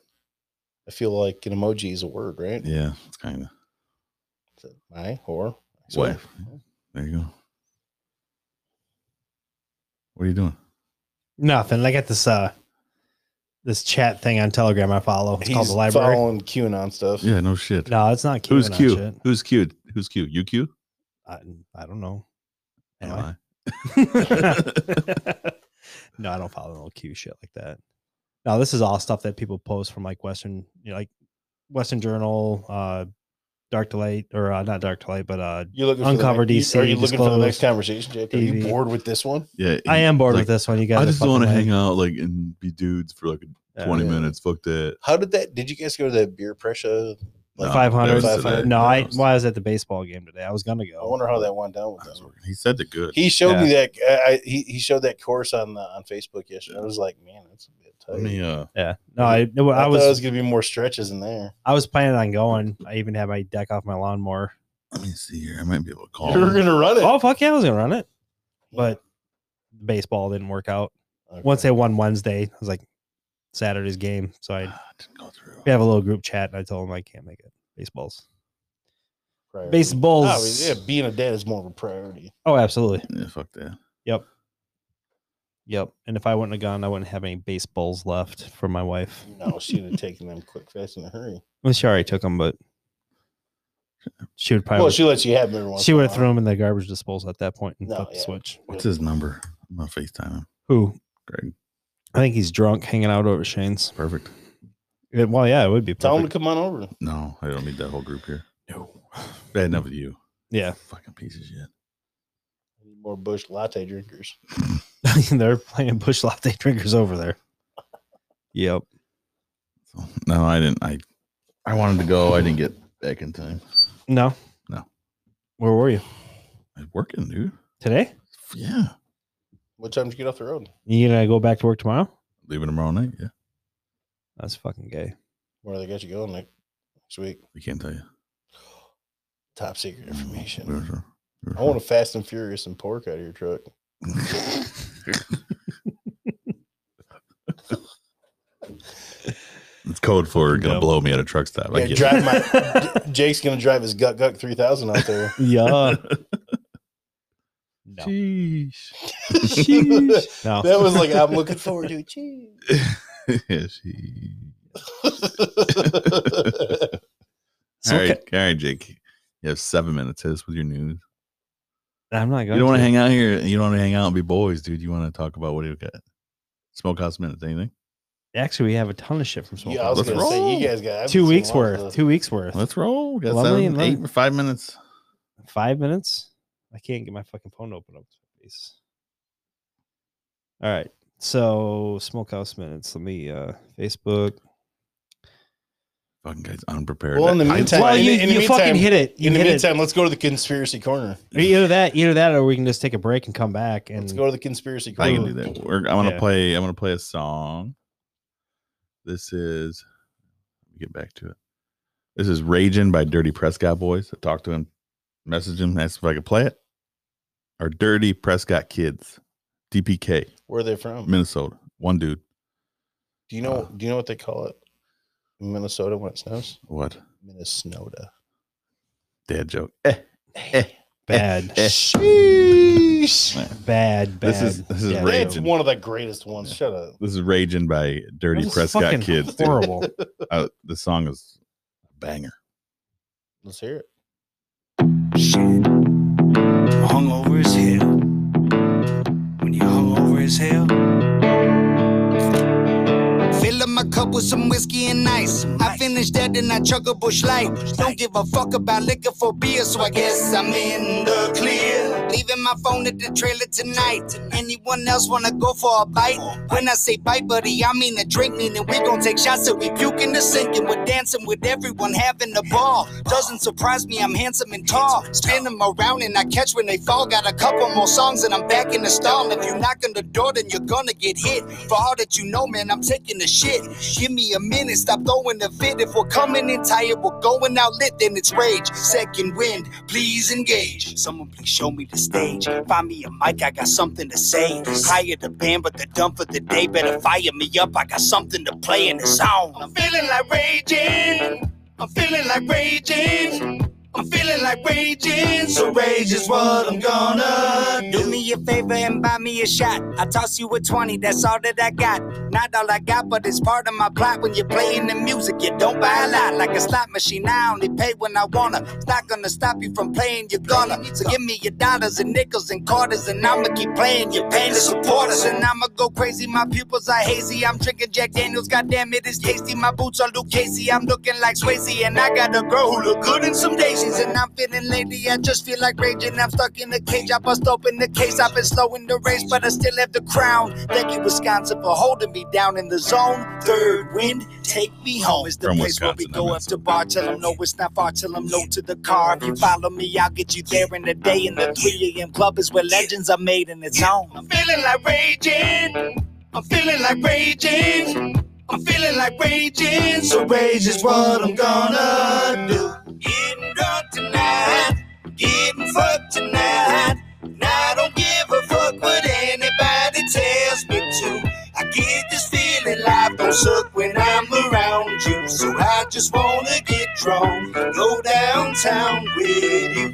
Speaker 3: I feel like an emoji is a word, right?
Speaker 1: Yeah, it's kind of
Speaker 3: It's a- My whore.
Speaker 1: Wife. There you go. What are you doing?
Speaker 4: Nothing. I got this uh this chat thing on Telegram I follow. It's
Speaker 3: He's
Speaker 4: called the library.
Speaker 3: following QAnon stuff.
Speaker 1: Yeah, no shit.
Speaker 4: No, it's not Q.
Speaker 1: Who's
Speaker 4: and all
Speaker 1: Q?
Speaker 4: shit.
Speaker 1: Who's Q? Who's Q? You Q?
Speaker 4: I, I don't know.
Speaker 1: Am
Speaker 4: Am
Speaker 1: I?
Speaker 4: I? no, I don't follow no Q shit like that. No, this is all stuff that people post from like Western, you know, like Western Journal, uh, Dark to Light, or uh, not Dark to Light, but uh,
Speaker 3: You looking
Speaker 4: Uncover
Speaker 3: for the, next-
Speaker 4: DC,
Speaker 3: Are you looking for the next
Speaker 4: Disclosed,
Speaker 3: conversation, Jake? Are you
Speaker 4: TV.
Speaker 3: bored with this one?
Speaker 1: Yeah,
Speaker 4: I am bored
Speaker 1: like,
Speaker 4: with this one. You guys,
Speaker 1: I
Speaker 4: are
Speaker 1: just want to
Speaker 4: fucking
Speaker 1: hang
Speaker 4: lame.
Speaker 1: out like and be dudes for like
Speaker 4: Yeah.
Speaker 1: twenty
Speaker 3: Yeah.
Speaker 1: minutes. Fuck that.
Speaker 3: How did that? Did you guys go to that beer pressure?
Speaker 1: No,
Speaker 3: Like,
Speaker 4: Five hundred.
Speaker 1: there's today.
Speaker 4: No, I,
Speaker 1: There's-
Speaker 4: well, I was at the baseball game today. I was gonna
Speaker 3: I
Speaker 4: go.
Speaker 3: wonder how that went down with
Speaker 1: I was
Speaker 3: them.
Speaker 1: working. He said the good.
Speaker 3: He showed
Speaker 4: Yeah.
Speaker 3: me that. I, I, he he showed that course on the, on Facebook yesterday. I was like, man, that's a bit tight.
Speaker 1: Let me. Uh,
Speaker 4: Yeah. No, I, no,
Speaker 3: I,
Speaker 4: I
Speaker 3: thought it was
Speaker 4: was,
Speaker 3: going to be more stretches in there.
Speaker 4: I was planning on going. I even had my deck off my lawnmower.
Speaker 1: let me see here. I might be able to call.
Speaker 3: You're
Speaker 1: him.
Speaker 3: going to run it,
Speaker 4: Oh fuck yeah, I was gonna run it, but baseball didn't work out. once they won Wednesday, I was like, Saturday's game. So I
Speaker 1: Ah, didn't go through.
Speaker 4: we have a little group chat, and I told him I can't make it. Baseballs,
Speaker 3: Prior to-
Speaker 4: baseballs.
Speaker 3: Oh, yeah, being a dad is more of a priority.
Speaker 4: Oh, absolutely.
Speaker 1: Yeah, fuck that.
Speaker 4: Yep. And if I wouldn't have gone, I wouldn't have any baseballs left for my wife.
Speaker 3: No, she'd have taken them quick, fast, in a hurry.
Speaker 4: Well, she already took them, but she would probably
Speaker 3: Well, she lets you have them every once
Speaker 4: she
Speaker 3: in a
Speaker 4: would have
Speaker 3: while.
Speaker 4: thrown them in the garbage disposal at that point and
Speaker 3: No,
Speaker 4: flipped the
Speaker 3: yeah.
Speaker 4: switch.
Speaker 1: What's his number? I'm gonna Facetime him.
Speaker 4: Who?
Speaker 1: Greg,
Speaker 4: I think he's drunk, hanging out over at Shane's.
Speaker 1: perfect.
Speaker 4: Yeah, well, yeah, it would be
Speaker 3: Tell him to
Speaker 4: perfect.
Speaker 3: come on over.
Speaker 1: No, I don't need that whole group here. No, bad enough with you.
Speaker 4: Yeah,
Speaker 1: Fucking piece of shit.
Speaker 3: More bush latte drinkers.
Speaker 4: they're playing bush latte drinkers over there. Yep.
Speaker 1: So, no, I didn't. I I wanted to go. I didn't get back in time.
Speaker 4: No.
Speaker 1: No.
Speaker 4: Where were you
Speaker 1: I was working, dude.
Speaker 4: today?
Speaker 1: Yeah,
Speaker 3: What time did you get off the road?
Speaker 4: You gonna go back to work tomorrow?
Speaker 1: leaving tomorrow night. Yeah,
Speaker 4: That's fucking gay.
Speaker 3: Where they got you going like, next week?
Speaker 1: we can't tell you
Speaker 3: Top secret
Speaker 1: We
Speaker 3: information.
Speaker 1: were sure- we were
Speaker 3: I want a fast and furious and pork out of your truck.
Speaker 1: sure. It's code for gonna
Speaker 4: No.
Speaker 1: blow me at a truck stop. I
Speaker 3: Yeah,
Speaker 1: get it.
Speaker 3: drive my, J- Jake's gonna drive his gut gut three thousand out there.
Speaker 4: Yeah. no.
Speaker 1: Sheesh.
Speaker 3: that
Speaker 4: No.
Speaker 3: was like I'm looking forward to it. Cheese.
Speaker 1: yeah, she.
Speaker 4: It's
Speaker 1: All right,
Speaker 4: okay.
Speaker 1: all right, Jake. You have seven minutes. Hit us with your news.
Speaker 4: I'm not going.
Speaker 1: You don't want to hang out here. You don't want to hang out and be boys, dude. You want to talk about what do you got? Smokehouse minutes, anything?
Speaker 4: Actually, we have a ton of shit from Soul.
Speaker 3: yeah, I was
Speaker 1: Let's
Speaker 3: gonna say
Speaker 1: roll.
Speaker 3: you guys got I've
Speaker 4: two
Speaker 3: seen
Speaker 4: weeks
Speaker 3: lots
Speaker 4: worth.
Speaker 3: of-
Speaker 4: Two weeks worth.
Speaker 1: Let's roll. We got
Speaker 4: Well, let me-
Speaker 1: seven,
Speaker 4: let-
Speaker 1: eight, five minutes.
Speaker 4: Five minutes. I can't get my fucking phone to open up. Please. All right. So smokehouse minutes. Let me uh Facebook.
Speaker 1: Fucking guys, unprepared.
Speaker 3: Well, in the
Speaker 1: I-
Speaker 3: meantime,
Speaker 4: Well,
Speaker 3: in
Speaker 4: you,
Speaker 3: the- in the
Speaker 4: you fucking
Speaker 3: meantime-
Speaker 4: hit it. You
Speaker 3: In the
Speaker 4: hit it.
Speaker 3: meantime, let's go to the conspiracy corner.
Speaker 4: either that, either that, or we can just take a break and come back and
Speaker 3: Let's go to the conspiracy corner.
Speaker 1: I can do that. We're, I'm gonna
Speaker 4: Yeah.
Speaker 1: play. I'm gonna play a song. This is. Let me get back to it. This is "Raging" by Dirty Prescott Boys. I talked to him, messaged him, asked if I could play it. Our Dirty Prescott Kids, DPK,
Speaker 3: Where are they from?
Speaker 1: Minnesota. One dude.
Speaker 3: do you know?
Speaker 1: uh,
Speaker 3: do you know what they call it? in Minnesota when it snows.
Speaker 1: What?
Speaker 3: Minnesota.
Speaker 1: Dad joke.
Speaker 4: bad,
Speaker 3: Sheesh.
Speaker 1: Man,
Speaker 4: bad, bad.
Speaker 1: This is- this is
Speaker 4: bad
Speaker 1: rage
Speaker 3: That's
Speaker 1: Raging.
Speaker 3: one of the greatest ones. Shut up.
Speaker 1: This is "Raging" by Dirty
Speaker 4: That was
Speaker 1: Prescott
Speaker 4: fucking
Speaker 1: Kids. dude.
Speaker 4: Horrible.
Speaker 1: Uh, the song is a banger.
Speaker 3: Let's hear it.
Speaker 7: Shit. Hungover as hell. When you're hungover as hell.
Speaker 8: Fill up my cup with some whiskey and ice. I finish that and I chug a bush light. Don't give a fuck about liquor for beer, so I guess I'm in the clear. Leaving my phone at the trailer tonight. Anyone else wanna go for a bite? When I say bite, buddy, I mean a drink, meaning we gon' take shots till we puke in the sink. And we're dancing with everyone, having a ball. Doesn't surprise me, I'm handsome and tall. Spin them around and I catch when they fall. Got a couple more songs and I'm back in the stall. If you knock on the door, then you're gonna get hit. For all that you know, man, I'm taking the shit. Give me a minute, stop throwing the fit. If we're coming in tired, we're going out lit, then it's rage. Second wind, please engage. Someone please show me the stage. Find me a mic, I got something to say. Hire the band, but they're done for the day. Better fire me up, I got something to play in the zone. I'm feeling like raging. I'm feeling like raging. I'm feeling like raging, so rage is what I'm gonna do. Do me a favor and buy me a shot. I toss you a 20, that's all that I got. Not all I got, but it's part of my plot. When you're playing the music, you don't buy a lot. Like a slot machine, I only pay when I wanna. It's not gonna stop you from playing your gunner. So give me your dollars and nickels and quarters, and I'ma keep playing your pain to support us. And I'ma go crazy, my pupils are hazy. I'm drinking Jack Daniels, goddamn it, it's tasty. My boots are Luke Casey, I'm looking like Swayze, and I got a girl who look good in some daisies. And I'm feeling lady, I just feel like raging. I'm stuck in the cage, I bust open the case. I've been slow in the race, but I still have the crown. Thank you, Wisconsin, for holding me down in the zone. Third wind, take me home is the
Speaker 1: From
Speaker 8: place where we
Speaker 1: Wisconsin, I
Speaker 8: go
Speaker 1: meant.
Speaker 8: up to bar. Tell them no, it's not far. Tell them no to the car. If you follow me, I'll get you there in the day. And the 3 a.m. club is where legends are made in its own. I'm feeling like raging. I'm feeling like raging. I'm feeling like raging. So rage is what I'm gonna do. Getting drunk tonight. Getting fucked tonight. And I don't give a fuck what anybody tells me to. I get this feeling life don't suck when I'm around you. So I just wanna get drunk, go downtown with you.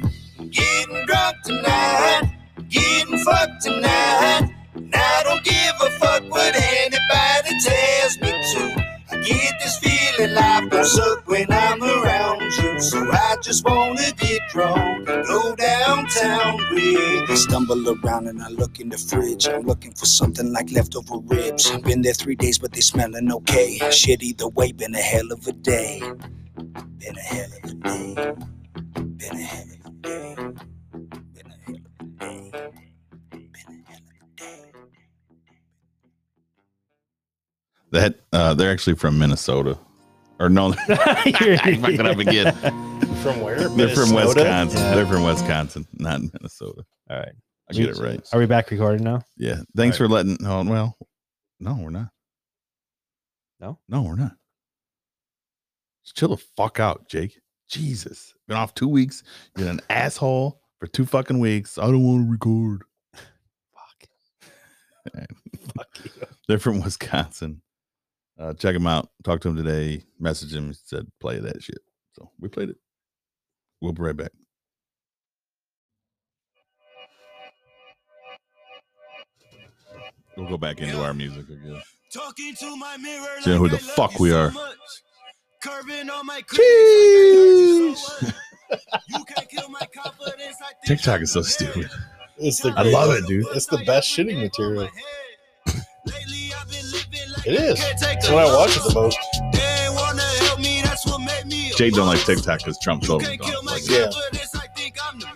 Speaker 8: Getting drunk tonight, getting fucked tonight. And I don't give a fuck what anybody tells me to. I get this feeling life don't suck when I'm around you. So I just wanna get drunk and go downtown with you. Stumble around and I look in the fridge. I'm looking for something like leftover ribs. I've been there three days, but they smelling okay. Shit, either way, been a hell of a day. Been a hell of a day. Been a hell of a day. Been a hell of a day. Been a hell of a day.
Speaker 1: That uh, they're actually from Minnesota, or no, I fucked it up again.
Speaker 3: From where?
Speaker 1: They're from
Speaker 3: Minnesota?
Speaker 1: Wisconsin.
Speaker 4: Yeah.
Speaker 1: They're from Wisconsin, not Minnesota.
Speaker 4: All right.
Speaker 1: I get it right.
Speaker 4: Are we back recording now?
Speaker 1: Yeah. Thanks
Speaker 4: Right.
Speaker 1: for letting. Oh well, no, we're not.
Speaker 4: No?
Speaker 1: no, we're not. Just chill the fuck out, Jake. Jesus, been off two weeks. You've Been an asshole for two fucking weeks. I don't want to record.
Speaker 4: Fuck.
Speaker 1: They're from Wisconsin. Uh, check him out. Talk to him today. Message him. He said play that shit. So we played it. We'll be right back. We'll go back into our music again.
Speaker 7: Talking to my mirror.
Speaker 1: Do you know who
Speaker 7: like
Speaker 1: the
Speaker 7: I love
Speaker 1: fuck
Speaker 7: you
Speaker 1: we
Speaker 7: so
Speaker 1: are?
Speaker 7: much. Curbing all my critics, like I hurt you so much. You can't kill my confidence, I think
Speaker 1: TikTok
Speaker 7: I'm
Speaker 1: is so
Speaker 7: the man.
Speaker 1: stupid.
Speaker 3: It's the
Speaker 1: I love it, dude.
Speaker 3: It's the best shitting material.
Speaker 7: Lately, I've been living like
Speaker 3: It is.
Speaker 7: can't take
Speaker 3: It's
Speaker 7: a
Speaker 3: what I
Speaker 7: loss.
Speaker 3: watch it the most.
Speaker 7: They ain't wanna help me, that's what made me a
Speaker 1: Jay don't like
Speaker 7: boss.
Speaker 1: TikTok because Trump's
Speaker 7: You
Speaker 1: over.
Speaker 7: can't kill my
Speaker 3: Yeah.
Speaker 7: confidence, I think I'm the man.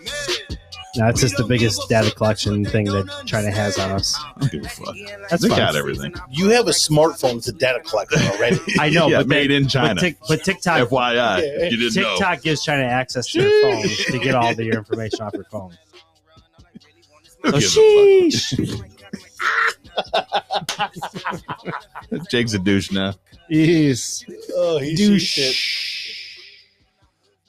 Speaker 4: No, it's just the biggest data collection thing that China has on us.
Speaker 1: I don't give a fuck.
Speaker 4: That's
Speaker 1: they
Speaker 4: fine.
Speaker 1: got everything.
Speaker 3: You have a smartphone that's a data collector already.
Speaker 4: I know,
Speaker 1: yeah,
Speaker 4: but they-
Speaker 1: made in China.
Speaker 4: But, Tik- but TikTok,
Speaker 1: FYI, if you didn't know.
Speaker 4: TikTok gives China access to their phones to get all the your information off your phone.
Speaker 1: Who
Speaker 4: So
Speaker 1: gives a
Speaker 4: sheesh.
Speaker 1: fuck? Jake's a douche now.
Speaker 4: Yes.
Speaker 3: oh, he's shit.
Speaker 4: Douche.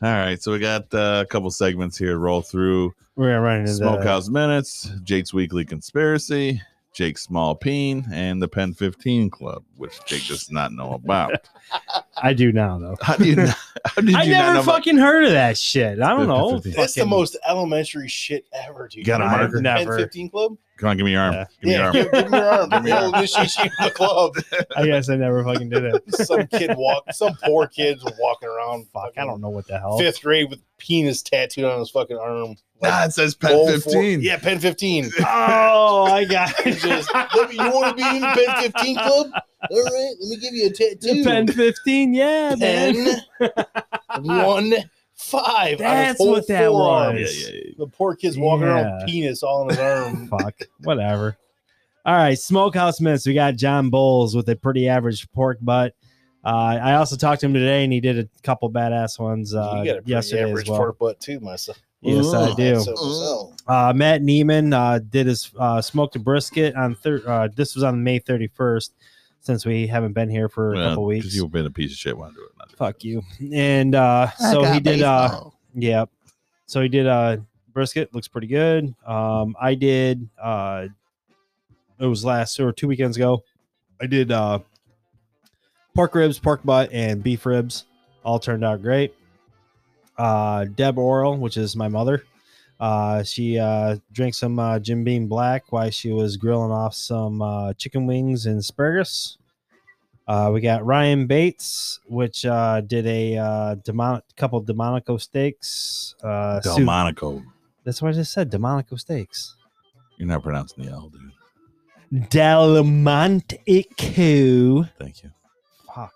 Speaker 1: All right, so we got uh, a couple segments here. to Roll through
Speaker 4: We're gonna run into the-
Speaker 1: Smokehouse Minutes, Jake's Weekly Conspiracy, Jake's Small Peen, and the Pen 15 Club, which Jake does not know about.
Speaker 4: I do now though.
Speaker 1: How do you not, how did
Speaker 4: I
Speaker 1: you not know
Speaker 4: never
Speaker 1: about-
Speaker 4: fucking heard of that shit. I don't know.
Speaker 3: That's the
Speaker 4: Fucking-
Speaker 3: most elementary shit ever, dude.
Speaker 1: You got a
Speaker 3: Remember
Speaker 1: marker?
Speaker 3: the 10,
Speaker 4: Never.
Speaker 3: 15 club?
Speaker 1: Come on, give me your arm.
Speaker 4: Yeah.
Speaker 1: Give me your
Speaker 3: yeah,
Speaker 1: arm.
Speaker 3: give, give me your arm.
Speaker 1: Give me your arm.
Speaker 3: We'll initiate you in the club.
Speaker 4: I guess I never fucking did it.
Speaker 3: Some kid walk, some poor kids walking around.
Speaker 4: Fuck, I don't know what the hell.
Speaker 3: Fifth grade with penis tattooed on his fucking arm.
Speaker 1: Nah, it says Pen
Speaker 3: Goal
Speaker 1: 15.
Speaker 3: for- yeah, Pen 15.
Speaker 4: Oh, I got it.
Speaker 3: Just, let me- you want to be in the Pen 15 club? All right, let me give you a tattoo.
Speaker 4: Pen 15, yeah, man.
Speaker 3: Pen one five. on his
Speaker 4: That's
Speaker 3: whole
Speaker 4: what that
Speaker 3: forearm.
Speaker 1: Yeah,
Speaker 4: was.
Speaker 1: yeah, yeah.
Speaker 3: The poor kid's walking around
Speaker 4: Yeah.
Speaker 3: with penis all in his arm.
Speaker 4: Fuck. Whatever. All right. Smokehouse minutes. We got John Bowles with a pretty average pork butt. Uh, I also talked to him today, and he did a couple badass ones uh,
Speaker 3: you got a pretty
Speaker 4: yesterday as
Speaker 3: average
Speaker 4: well.
Speaker 3: pork butt too, myself.
Speaker 4: Yes, I
Speaker 5: Ooh.
Speaker 4: do.
Speaker 3: So, so.
Speaker 4: Uh, Matt Neiman uh, did his uh, smoked a brisket on thir- uh, this was on May 31st, since we haven't been here for a
Speaker 1: Well,
Speaker 4: couple
Speaker 1: 'cause
Speaker 4: weeks.
Speaker 1: You've been a piece of shit when I do it. not do it.
Speaker 4: Fuck you. And uh, so he did. Uh, yeah. So he did uh, brisket. Looks pretty good. Um, I did. Uh, it was last or two weekends ago. I did uh, pork ribs, pork butt, and beef ribs. All turned out great. Uh, Deb Oral, which is my mother, uh, she uh, drank some uh, Jim Beam Black while she was grilling off some uh, chicken wings and asparagus. Uh, we got Ryan Bates, which uh, did a uh, demon- couple Delmonico steaks. Uh, Sue-
Speaker 1: Delmonico.
Speaker 4: that's what I just said. Delmonico steaks.
Speaker 1: You're not pronouncing the L, dude.
Speaker 4: Delmonico.
Speaker 1: Thank you.
Speaker 4: Fuck.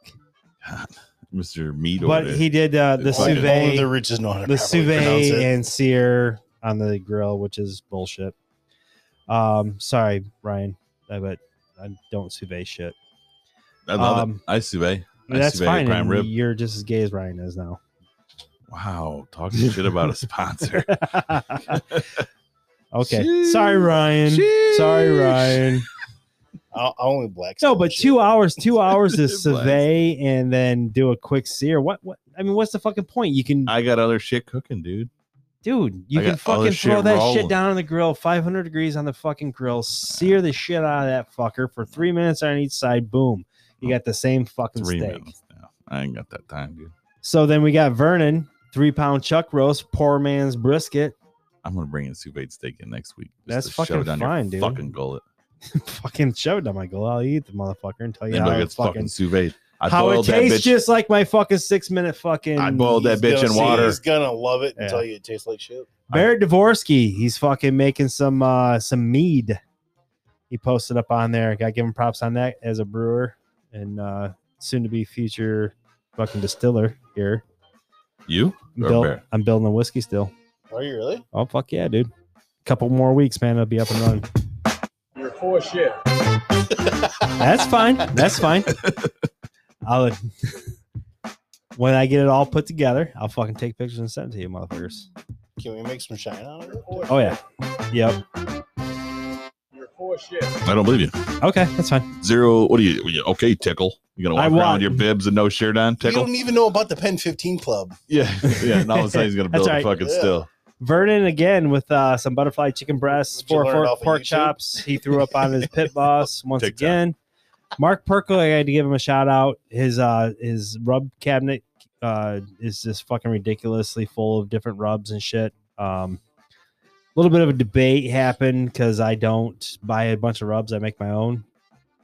Speaker 1: Mr. Meat over
Speaker 4: But
Speaker 1: there.
Speaker 4: he did uh, the
Speaker 1: It's like
Speaker 4: sous
Speaker 1: an
Speaker 3: Only the
Speaker 4: vide,
Speaker 3: rich is know how to
Speaker 4: the
Speaker 3: properly
Speaker 4: sous
Speaker 3: pronounce
Speaker 4: vide
Speaker 3: it.
Speaker 4: and sear on the grill, which is bullshit. Um, sorry, Ryan, I bet I don't sous vide shit.
Speaker 1: I love
Speaker 4: um,
Speaker 1: it. I sube. I
Speaker 4: That's
Speaker 1: sous vide
Speaker 4: fine.
Speaker 1: prime
Speaker 4: and
Speaker 1: rib.
Speaker 4: You're just as gay as Ryan is now.
Speaker 1: Wow. Talking shit about a sponsor.
Speaker 4: okay. Sorry, Ryan. Sorry,
Speaker 1: Sheesh.
Speaker 4: Ryan.
Speaker 3: I, I only black.
Speaker 4: No, but two hours, two hours to
Speaker 1: Blast.
Speaker 4: survey and then do a quick sear. What? What? I mean, what's the fucking point? You can,
Speaker 1: I got other shit cooking, dude.
Speaker 4: dude, you
Speaker 1: I
Speaker 4: can
Speaker 1: got all
Speaker 4: fucking
Speaker 1: this shit
Speaker 4: throw that
Speaker 1: rolling.
Speaker 4: shit down on the grill, 500 degrees on the fucking grill, sear the shit out of that fucker for three minutes on each side. Boom, you got the same fucking
Speaker 1: Three
Speaker 4: steak.
Speaker 1: minutes now. I ain't got that time, dude.
Speaker 4: So then we got Vernon, three pound chuck roast, poor man's brisket.
Speaker 1: I'm gonna bring in sous vide steak in next week. just
Speaker 4: That's
Speaker 1: to
Speaker 4: fucking
Speaker 1: shove down your
Speaker 4: fine, dude.
Speaker 1: Fucking gullet.
Speaker 4: fucking shoved on my grill. I'll eat the motherfucker and tell you
Speaker 1: Yeah,
Speaker 4: how
Speaker 1: like
Speaker 4: it
Speaker 1: it's fucking
Speaker 4: fucking.
Speaker 1: sous vide. I
Speaker 4: How it
Speaker 1: boiled that
Speaker 4: tastes
Speaker 1: bitch.
Speaker 4: just like my fucking six minute fucking.
Speaker 1: I boiled that bitch in water.
Speaker 3: He's gonna love it and
Speaker 4: Yeah.
Speaker 3: tell you it tastes like shit.
Speaker 4: Barrett Dvorsky, he's fucking making some uh some mead. He posted up on there. Got to give him props on that as a brewer and uh soon to be future fucking distiller here.
Speaker 1: You?
Speaker 4: I'm,
Speaker 1: Or
Speaker 4: built-
Speaker 1: Barrett?
Speaker 4: I'm building a whiskey still.
Speaker 3: Are you really?
Speaker 4: Oh fuck yeah, dude. Couple more weeks, man. It'll be up and running.
Speaker 7: You're full of shit.
Speaker 4: That's fine. That's fine. I'll when I get it all put together, I'll fucking take pictures and send it to you, motherfuckers.
Speaker 3: Can we make some shine out of it?
Speaker 4: Oh yeah. Yep.
Speaker 7: You're full of shit.
Speaker 1: I don't believe you.
Speaker 4: Okay, that's fine.
Speaker 1: Zero. What are you? you- okay, tickle. You gonna
Speaker 4: I
Speaker 1: walk around with
Speaker 4: want-
Speaker 1: your bibs and no shirt on?
Speaker 3: You
Speaker 1: Tickle.
Speaker 3: don't even know about the Pen 15 Club.
Speaker 1: Yeah, yeah. And all of a sudden he's gonna
Speaker 4: That's
Speaker 1: build a
Speaker 4: right.
Speaker 1: fucking
Speaker 3: Yeah.
Speaker 1: still.
Speaker 4: Vernon again with uh, some butterfly chicken breasts,
Speaker 3: What you
Speaker 4: four
Speaker 3: learned
Speaker 4: fork,
Speaker 3: off of
Speaker 4: pork
Speaker 3: YouTube?
Speaker 4: chops. He threw up on his pit boss once
Speaker 1: TikTok.
Speaker 4: again. Mark Perkle, I had to give him a shout out. His uh his rub cabinet uh is just fucking ridiculously full of different rubs and shit. Um a little bit of a debate happened because I don't buy a bunch of rubs. I make my own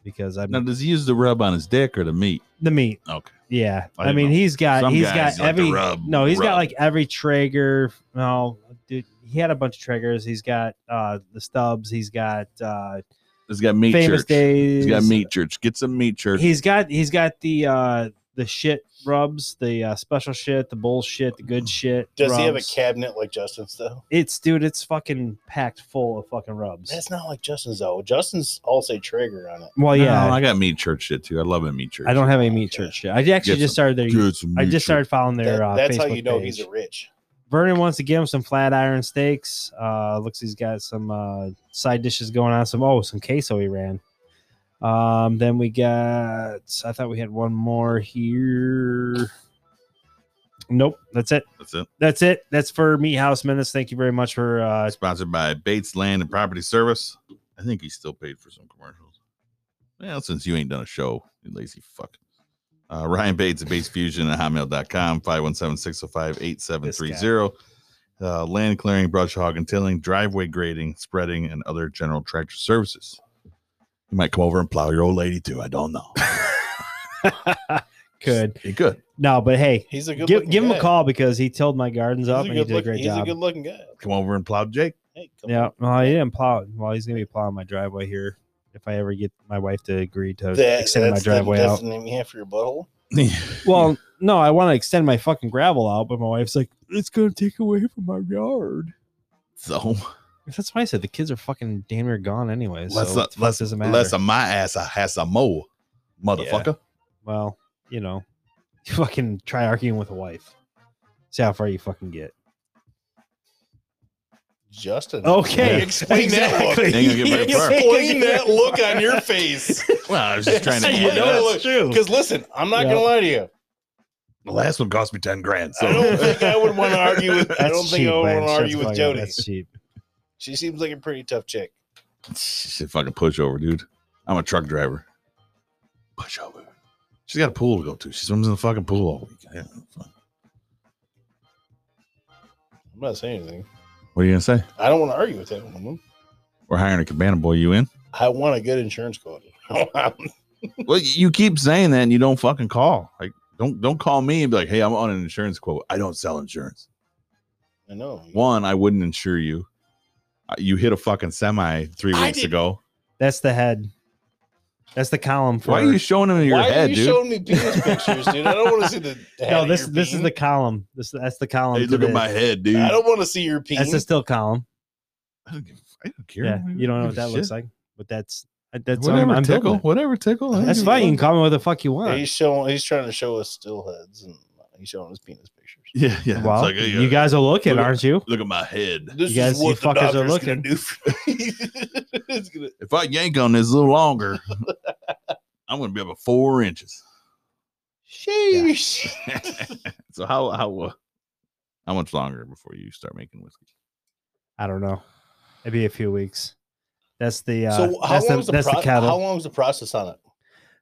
Speaker 4: because I'm
Speaker 1: Now, does he use the rub on his dick or the meat?
Speaker 4: the meat.
Speaker 1: Okay.
Speaker 4: Yeah,
Speaker 1: I
Speaker 4: I,
Speaker 1: didn't
Speaker 4: mean,
Speaker 1: know.
Speaker 4: he's got
Speaker 1: Some
Speaker 4: Uh, he's
Speaker 1: guys
Speaker 4: got
Speaker 1: like to
Speaker 4: every
Speaker 1: rub-
Speaker 4: no, he's
Speaker 1: rub.
Speaker 4: got like every Traeger. No, dude, he had a bunch of Traegers. He's got uh the Stubbs. He's got uh
Speaker 1: He's got meat
Speaker 4: famous
Speaker 1: church.
Speaker 4: days.
Speaker 1: He's got meat church. Get some meat church.
Speaker 4: He's got he's got the uh the shit rubs, the uh, special shit, the bullshit, the good shit.
Speaker 3: Does he have a
Speaker 4: rubs.
Speaker 3: cabinet like Justin's though?
Speaker 4: It's dude, it's fucking packed full of fucking rubs.
Speaker 3: That's not like Justin's though. Justin's all say Traeger on it.
Speaker 4: well,
Speaker 1: No,
Speaker 4: Oh, yeah,
Speaker 1: I got meat church shit too. I love a meat church.
Speaker 4: I don't have any meat church shit. I actually
Speaker 1: Get
Speaker 4: just started their.
Speaker 1: Get some
Speaker 4: I
Speaker 1: meat
Speaker 4: just
Speaker 1: church.
Speaker 4: started following their.
Speaker 3: That-
Speaker 4: uh,
Speaker 3: that's how
Speaker 4: Facebook
Speaker 3: you know
Speaker 4: page.
Speaker 3: he's a rich.
Speaker 4: Vernon once again with some flat iron steaks. Uh, looks he's got some uh, side dishes going on. Some oh, some queso he ran. Um, then we got. I thought we had one more here. Nope, that's it.
Speaker 1: That's it.
Speaker 4: That's it. That's for Meat House Minutes. Thank you very much for. Uh,
Speaker 1: Sponsored by Bates Land and Property Service. I think he still paid for some commercials. Well, since you ain't done a show, you lazy fuck. Uh, Ryan Bates at Bates Fusion at hotmail.com, 517 605 8730. Uh, land clearing, brush hog and tilling, driveway grading, spreading, and other general tractor services. You might come over and plow your old lady too. I don't know.
Speaker 4: good.
Speaker 1: He could.
Speaker 4: No, but hey,
Speaker 3: He's a good.
Speaker 4: give,
Speaker 3: looking
Speaker 4: give him
Speaker 3: guy.
Speaker 4: a call because he tilled my gardens
Speaker 3: He's a
Speaker 4: up and he
Speaker 3: good,
Speaker 4: did a
Speaker 3: look,
Speaker 4: great
Speaker 3: he's a
Speaker 4: job.
Speaker 3: good looking guy.
Speaker 1: Come over and plow Jake.
Speaker 3: Hey, come
Speaker 4: Yeah.
Speaker 3: on.
Speaker 4: Well, he didn't plow. Well, he's gonna be plowing my driveway here if I ever get my wife to agree to
Speaker 3: That-
Speaker 4: extend my
Speaker 3: that's the-
Speaker 4: driveway
Speaker 3: that's
Speaker 4: out.
Speaker 3: the name you have for your butthole.
Speaker 4: Well, no, I want to extend my fucking gravel out, but my wife's like, it's gonna take away from my yard.
Speaker 1: So
Speaker 4: That's why I said the kids are fucking damn near gone anyway. So
Speaker 1: Less
Speaker 4: less,
Speaker 1: a-
Speaker 4: less doesn't matter.
Speaker 1: unless my ass I has some more, motherfucker.
Speaker 4: well, you know, you fucking try arguing with a wife. See how far you fucking get.
Speaker 3: Justin.
Speaker 4: Okay,
Speaker 3: Explain that
Speaker 4: exactly.
Speaker 3: look.
Speaker 1: Ain't gonna get very far.
Speaker 3: Explain that look on your face.
Speaker 1: Well, I was just trying to.
Speaker 3: You know,
Speaker 4: that's true.
Speaker 3: Because listen, I'm not
Speaker 4: Yeah.
Speaker 3: gonna lie to you.
Speaker 1: the last one cost me ten grand. So
Speaker 3: I don't think I would want to argue with. I don't think I would
Speaker 4: man.
Speaker 3: want to
Speaker 4: Shut
Speaker 3: argue
Speaker 4: the
Speaker 3: with
Speaker 4: fuck up.
Speaker 3: Jody.
Speaker 4: That's cheap.
Speaker 3: She seems like a pretty tough chick.
Speaker 1: Shit, fucking pushover, dude. I'm a truck driver. Pushover. She's got a pool to go to. She swims in the fucking pool all week. Yeah, fuck.
Speaker 3: I'm not saying anything.
Speaker 1: What are you gonna say?
Speaker 3: I don't want to argue with that woman.
Speaker 1: We're hiring a cabana boy. You in?
Speaker 3: I want a good insurance quote.
Speaker 1: well, you keep saying that, and you don't fucking call. Like, don't don't call me and be like, "Hey, I'm on an insurance quote. I don't sell insurance."
Speaker 3: I know.
Speaker 1: One, I wouldn't insure you. Uh, You hit a fucking semi three
Speaker 3: I
Speaker 1: weeks
Speaker 3: didn't-
Speaker 1: ago.
Speaker 4: That's the head. That's the column for.
Speaker 1: Why are you showing him in your
Speaker 3: Why
Speaker 1: head,
Speaker 3: are you
Speaker 1: dude?
Speaker 3: showing me penis pictures, dude? I don't want to see the. the head
Speaker 4: no,
Speaker 3: of
Speaker 4: this
Speaker 3: your
Speaker 4: this is the
Speaker 3: bean.
Speaker 4: column. This that's the column.
Speaker 1: hey,
Speaker 4: to
Speaker 1: look at
Speaker 4: this.
Speaker 1: my head, dude.
Speaker 3: I don't want to see your penis.
Speaker 4: That's the still column.
Speaker 1: I don't give- I don't care.
Speaker 4: Yeah, you don't know what that looks like, but that's uh, that's I'm, I'm building
Speaker 1: tickle,
Speaker 4: it.
Speaker 1: whatever tickle. I don't
Speaker 4: That's
Speaker 1: give a
Speaker 4: fine. You can
Speaker 1: fuck.
Speaker 4: call me what the fuck you
Speaker 3: Yeah,
Speaker 4: want.
Speaker 3: he's showing. He's trying to show us still heads, and he's showing us penis pictures.
Speaker 1: Yeah, yeah. it's
Speaker 4: well,
Speaker 1: like, hey,
Speaker 4: you
Speaker 1: uh,
Speaker 4: guys are looking,
Speaker 1: look at-
Speaker 4: aren't you?
Speaker 1: Look at my head.
Speaker 3: This
Speaker 4: You guys-
Speaker 3: is what
Speaker 4: you
Speaker 3: the
Speaker 4: fuckers are
Speaker 3: doctor's gonna
Speaker 4: looking.
Speaker 3: do for It's gonna-
Speaker 1: If I yank on this a little longer, I'm gonna be up at four inches.
Speaker 3: Sheesh.
Speaker 1: so how how uh, how much longer before you start making whiskey?
Speaker 4: I don't know. It'd be a few weeks. That's the uh,
Speaker 3: so how
Speaker 4: that's
Speaker 3: long
Speaker 4: the,
Speaker 3: was the,
Speaker 4: that's
Speaker 3: pro-
Speaker 4: the cattle.
Speaker 3: how long was the process on it?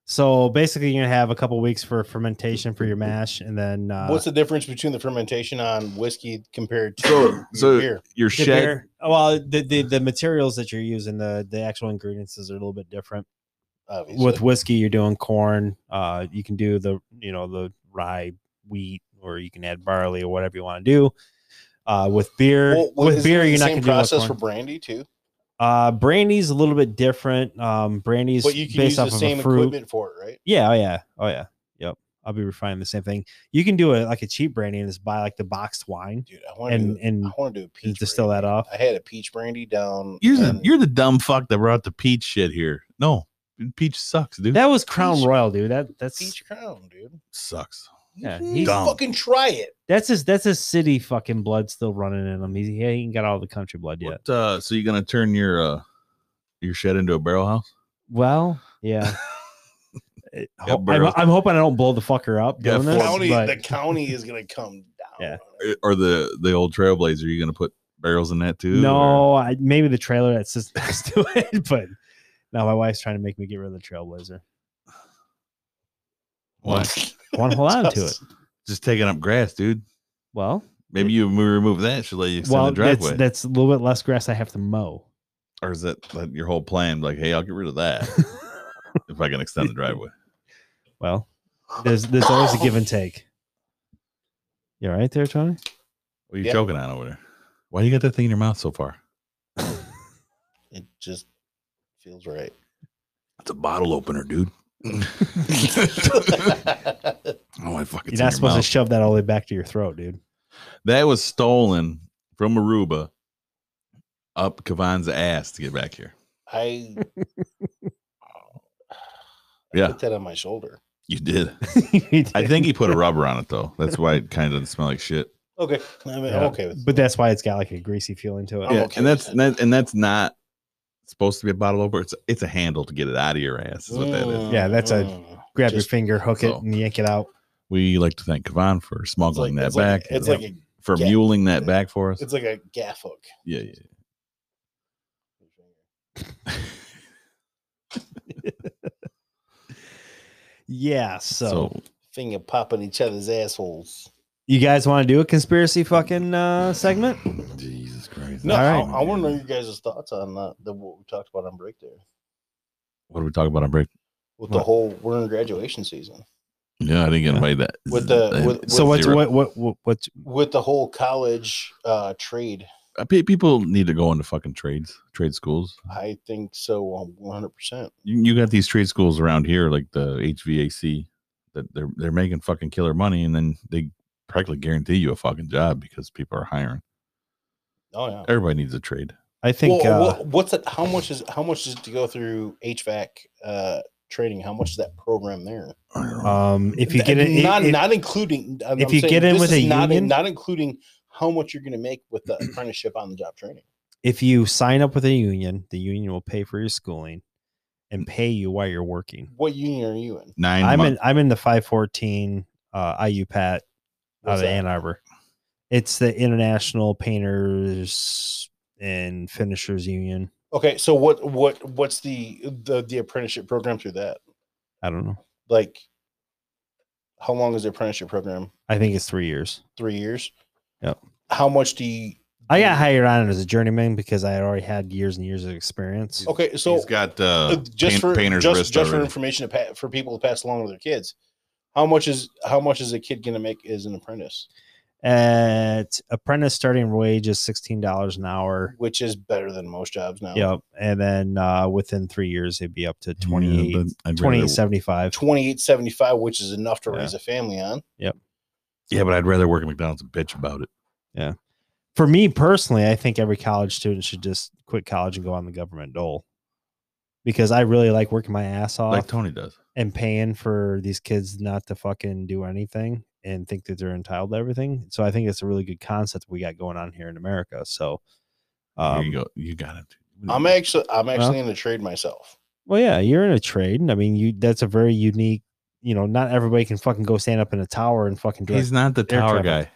Speaker 4: so basically, you're gonna have a couple weeks for fermentation for your mash, and then uh,
Speaker 3: What's the difference between the fermentation on whiskey compared to
Speaker 1: So-
Speaker 3: your
Speaker 1: so-
Speaker 3: beer?
Speaker 1: Your
Speaker 4: the
Speaker 1: shed.
Speaker 4: beer- Well, the, the the materials that you're using, the the actual ingredients is a little bit different.
Speaker 3: Obviously.
Speaker 4: With whiskey, you're doing corn. Uh, you can do the you know the rye, wheat, or you can add barley or whatever you want to do. Uh, with beer,
Speaker 3: Well, well,
Speaker 4: with
Speaker 3: isn't it
Speaker 4: beer,
Speaker 3: the
Speaker 4: you're not
Speaker 3: same
Speaker 4: gonna do
Speaker 3: process
Speaker 4: with
Speaker 3: for
Speaker 4: corn.
Speaker 3: brandy too,
Speaker 4: Uh, brandy's a little bit different. Um, brandy's
Speaker 3: but you can use
Speaker 4: based
Speaker 3: the
Speaker 4: off
Speaker 3: same
Speaker 4: of a fruit.
Speaker 3: equipment for it, right?
Speaker 4: Yeah, oh yeah, oh yeah, yep. I'll be refining the same thing. You can do a like a cheap brandy and just buy like the boxed wine
Speaker 3: Dude, I want to
Speaker 4: and
Speaker 3: do,
Speaker 4: and
Speaker 3: I want to do a peach.
Speaker 4: distill
Speaker 3: brandy.
Speaker 4: that off.
Speaker 3: I had a peach brandy down.
Speaker 1: You're the
Speaker 3: in-
Speaker 1: you're the dumb fuck that brought the peach shit here. No, peach sucks, dude.
Speaker 4: That was Crown
Speaker 3: Peach-
Speaker 4: Royal, dude. That that's
Speaker 3: peach crown, dude.
Speaker 1: sucks.
Speaker 4: Yeah,
Speaker 3: You
Speaker 4: he's-
Speaker 1: Dumb.
Speaker 3: fucking try it.
Speaker 4: that's his that's his city fucking blood still running in him. He's, he ain't got all the country blood yet.
Speaker 1: What, uh, so you're gonna turn your uh your shed into a barrel house?
Speaker 4: Well, yeah. It- ho- I'm,
Speaker 1: barrels.
Speaker 4: I'm hoping I don't blow the fucker up
Speaker 1: Yeah,
Speaker 4: doing
Speaker 1: Yes,
Speaker 3: county,
Speaker 4: this.
Speaker 3: the
Speaker 4: But
Speaker 3: county is gonna come down.
Speaker 4: Yeah.
Speaker 3: on it.
Speaker 1: Or the the old trailblazer? You gonna put barrels in that too? or-
Speaker 4: no, I, maybe the trailer that's just next to it. But now my wife's trying to make me get rid of the Trailblazer.
Speaker 1: what?
Speaker 4: I want to hold on to it.
Speaker 1: Just taking up grass, dude.
Speaker 4: Well,
Speaker 1: Maybe you mo- remove that. Should let you extend
Speaker 4: well,
Speaker 1: the
Speaker 4: that's
Speaker 1: driveway.
Speaker 4: that's a little bit less grass I have to mow.
Speaker 1: or is that like, your whole plan? Like, hey, I'll get rid of that if I can extend the driveway.
Speaker 4: Well, there's there's always a give and take. You all right there, Tony?
Speaker 1: What are you
Speaker 3: Yeah.
Speaker 1: choking on over there? Why do you got that thing in your mouth so far?
Speaker 3: It just feels right.
Speaker 1: It's a bottle opener, dude. oh, I fucking.
Speaker 4: You're not supposed to shove that all the way back to your throat, dude.
Speaker 1: that was stolen from Aruba up Kavan's ass to get back here.
Speaker 3: I, I
Speaker 1: Yeah,
Speaker 3: put that on my shoulder.
Speaker 1: you did. I think he put a rubber on it though. That's why it kind of doesn't smell like shit.
Speaker 3: Okay, I mean, I'm
Speaker 4: Yeah.
Speaker 3: okay with.
Speaker 4: But that's why it's got like a greasy feeling to it.
Speaker 3: I'm
Speaker 1: yeah,
Speaker 3: okay
Speaker 1: and
Speaker 3: with
Speaker 1: that's and that, and that's not supposed to be a bottle opener. It's it's a handle to get it out of your ass. Is what that is.
Speaker 4: Yeah, that's a-
Speaker 3: Mm.
Speaker 4: Grab your
Speaker 3: Just-
Speaker 4: finger, hook
Speaker 1: so-
Speaker 4: it, and yank it out.
Speaker 1: We like to thank Kavan for
Speaker 3: It's like,
Speaker 1: smuggling
Speaker 3: it's
Speaker 1: that back.
Speaker 3: like, it's like a
Speaker 1: for
Speaker 3: yeah.
Speaker 1: muling that back for us.
Speaker 3: it's like a gaff hook.
Speaker 1: Yeah, yeah.
Speaker 4: Yeah. So,
Speaker 1: So,
Speaker 3: Finger popping each other's assholes.
Speaker 4: you guys want to do a conspiracy fucking uh, segment?
Speaker 1: Jesus Christ.
Speaker 3: No,
Speaker 4: All
Speaker 3: I,
Speaker 4: right.
Speaker 3: I want to know your guys' thoughts on uh, the what we talked about on break there
Speaker 1: What do we talk about on break?
Speaker 3: with the
Speaker 1: What?
Speaker 3: whole we're in graduation season
Speaker 1: Yeah, I didn't get
Speaker 4: Yeah.
Speaker 1: invited that.
Speaker 3: With the-
Speaker 1: I-
Speaker 3: with-
Speaker 4: So what's
Speaker 1: zero.
Speaker 4: what what what what?
Speaker 3: with the whole college uh, trade.
Speaker 1: I pe- people need to go into fucking trades, trade schools.
Speaker 3: I think so, um, 100%.
Speaker 1: You, you got these trade schools around here, like the HVAC, that they're they're making fucking killer money, and then they practically guarantee you a fucking job because people are hiring.
Speaker 3: Oh yeah.
Speaker 1: Everybody needs a trade.
Speaker 4: I think
Speaker 3: Well,
Speaker 4: uh,
Speaker 3: what- what's it? How much is how much is it to go through HVAC uh, trading? How much is that program there?
Speaker 1: I don't know.
Speaker 3: Uh,
Speaker 4: um, if you get
Speaker 3: Th-
Speaker 4: in,
Speaker 3: not
Speaker 4: it- it-
Speaker 3: not including I'm-
Speaker 4: if
Speaker 3: I'm
Speaker 4: you get in
Speaker 3: this
Speaker 4: with
Speaker 3: is
Speaker 4: a
Speaker 3: not,
Speaker 4: union-
Speaker 3: not including how much you're going to make with the apprenticeship on the job training.
Speaker 4: if you sign up with a union, the union will pay for your schooling and pay you while you're working.
Speaker 3: What union are you in?
Speaker 1: 9
Speaker 4: I'm in
Speaker 1: months.
Speaker 4: I'm in the 514 uh, IU Pat out
Speaker 3: What's
Speaker 4: of
Speaker 3: that?
Speaker 4: Ann Arbor. It's the International Painters and Finishers Union.
Speaker 3: Okay, so what what what's the the the apprenticeship program through that?
Speaker 4: I don't know.
Speaker 3: Like, how long is the apprenticeship program?
Speaker 4: I think it's three years.
Speaker 3: Three years.
Speaker 4: Yep.
Speaker 3: How much do you?
Speaker 4: I got hired on as a journeyman because I had already had years and years of experience.
Speaker 3: Okay, so
Speaker 1: He's got
Speaker 3: Uh,
Speaker 1: uh,
Speaker 3: just
Speaker 1: paint-
Speaker 3: for
Speaker 1: painter's
Speaker 3: just,
Speaker 1: wrist
Speaker 3: just for
Speaker 1: already.
Speaker 3: information to pa- for people to pass along to their kids. How much is how much is a kid going to make as an apprentice,
Speaker 4: At apprentice starting wage is sixteen dollars an hour.
Speaker 3: which is better than most jobs now?
Speaker 4: Yep, and then uh, within three years it'd be up to
Speaker 1: Yeah,
Speaker 4: 28
Speaker 1: but I'd rather-
Speaker 4: 2875
Speaker 3: twenty eight seventy five, which is enough to
Speaker 4: Yeah.
Speaker 3: raise a family on.
Speaker 1: Yeah, but I'd rather work at McDonald's and bitch about it.
Speaker 4: For me personally, I think every college student should just quit college and go on the government dole because I really like working my ass
Speaker 3: Uh,
Speaker 4: off
Speaker 1: Like Tony does.
Speaker 4: and paying for these kids not to fucking do anything and think that they're entitled to everything. So I think it's a really good concept we got going on here in America. So,
Speaker 1: Here
Speaker 4: um,
Speaker 1: you go. You got it.
Speaker 3: I'm actually I'm actually in a trade myself.
Speaker 4: well, yeah, you're in a trade. and I mean, you that's a very unique. You know, not everybody can fucking go stand up in a tower and fucking. Direct.
Speaker 1: He's not the
Speaker 4: air
Speaker 1: tower
Speaker 4: traffic.
Speaker 1: guy.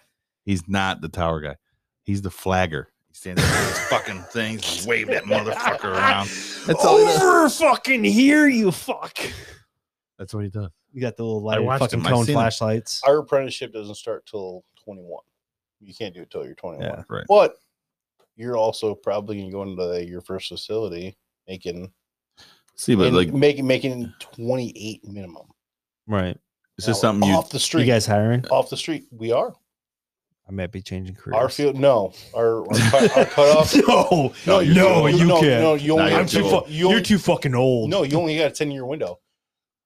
Speaker 1: He's not the tower guy. He's the flagger. He stands up with his fucking things, wave that motherfucker around. That's all he does.
Speaker 4: over fucking here, you fuck.
Speaker 1: That's what he does.
Speaker 4: You got the little
Speaker 1: I
Speaker 4: light
Speaker 1: watched
Speaker 4: fucking
Speaker 1: him, I
Speaker 4: cone
Speaker 1: seen him.
Speaker 4: flashlights.
Speaker 3: Our apprenticeship doesn't start till twenty one. You can't do it till you're twenty one.
Speaker 4: Yeah.
Speaker 1: Right.
Speaker 3: But you're also probably going to go into your first facility making
Speaker 1: See, but
Speaker 3: and
Speaker 1: like,
Speaker 3: making making twenty eight minimum.
Speaker 4: Right.
Speaker 1: it's just
Speaker 3: Now,
Speaker 1: something you.
Speaker 3: off the
Speaker 4: You
Speaker 3: street.
Speaker 4: guys hiring?
Speaker 3: off the street, we are.
Speaker 4: I might be changing careers.
Speaker 3: Our field, no. Our, our, cut, our cutoff.
Speaker 4: no,
Speaker 1: No, Oh, you're
Speaker 4: no,
Speaker 1: too
Speaker 4: you
Speaker 3: no,
Speaker 4: can't.
Speaker 3: No, you
Speaker 1: Nah,
Speaker 3: only,
Speaker 1: you're
Speaker 4: I'm too.
Speaker 1: too
Speaker 4: Fu-
Speaker 1: old.
Speaker 3: you
Speaker 4: you're
Speaker 3: only,
Speaker 4: too fucking old.
Speaker 3: No, you only got a ten year window.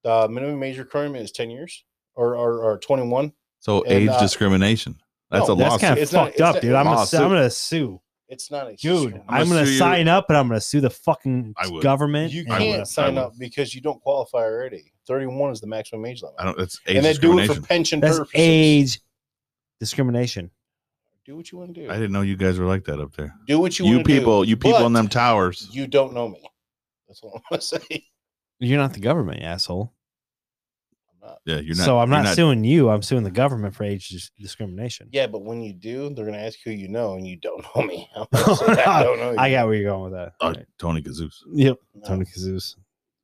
Speaker 3: The minimum age requirement is ten years or or, or twenty one.
Speaker 1: So
Speaker 3: and,
Speaker 1: age
Speaker 3: uh,
Speaker 1: discrimination. That's
Speaker 3: no,
Speaker 1: a
Speaker 4: that's
Speaker 1: loss.
Speaker 4: kind of
Speaker 3: It's not-
Speaker 4: fucked
Speaker 3: it's
Speaker 4: up,
Speaker 3: not-
Speaker 4: dude. I'm gonna,
Speaker 1: Lawsuit.
Speaker 4: su- I'm gonna sue,
Speaker 3: It's not a
Speaker 4: dude.
Speaker 3: discriminant.
Speaker 4: I'm gonna,
Speaker 1: gonna sue you.
Speaker 4: sign up and I'm gonna sue the fucking
Speaker 1: I would.
Speaker 4: government.
Speaker 3: You
Speaker 4: and-
Speaker 1: would. I
Speaker 3: can't
Speaker 1: would.
Speaker 3: sign up because you don't qualify already. Thirty one is the maximum age limit.
Speaker 1: I don't. That's age
Speaker 3: and they do it for
Speaker 1: discrimination.
Speaker 3: pension
Speaker 4: That's
Speaker 3: purposes.
Speaker 4: age discrimination.
Speaker 3: Do what you want to do.
Speaker 1: I didn't know you guys were like that up there.
Speaker 3: do what you,
Speaker 1: You,
Speaker 3: want
Speaker 1: people, you people in
Speaker 3: but
Speaker 1: them towers.
Speaker 3: You don't know me. That's all I'm gonna say.
Speaker 4: You're not the government, you asshole.
Speaker 3: I'm not.
Speaker 1: yeah, you're not.
Speaker 4: so I'm
Speaker 1: you're
Speaker 4: not, suing you. I'm suing the government for age dis- discrimination.
Speaker 3: Yeah, but when you do, they're gonna ask who you know, and you don't know me. I'm gonna say, I don't know.
Speaker 4: I
Speaker 3: you."
Speaker 4: got where you're going with that.
Speaker 1: Uh,
Speaker 4: Alright.
Speaker 1: Tony Kazoos.
Speaker 4: Yep.
Speaker 3: No.
Speaker 4: Tony Kazoos.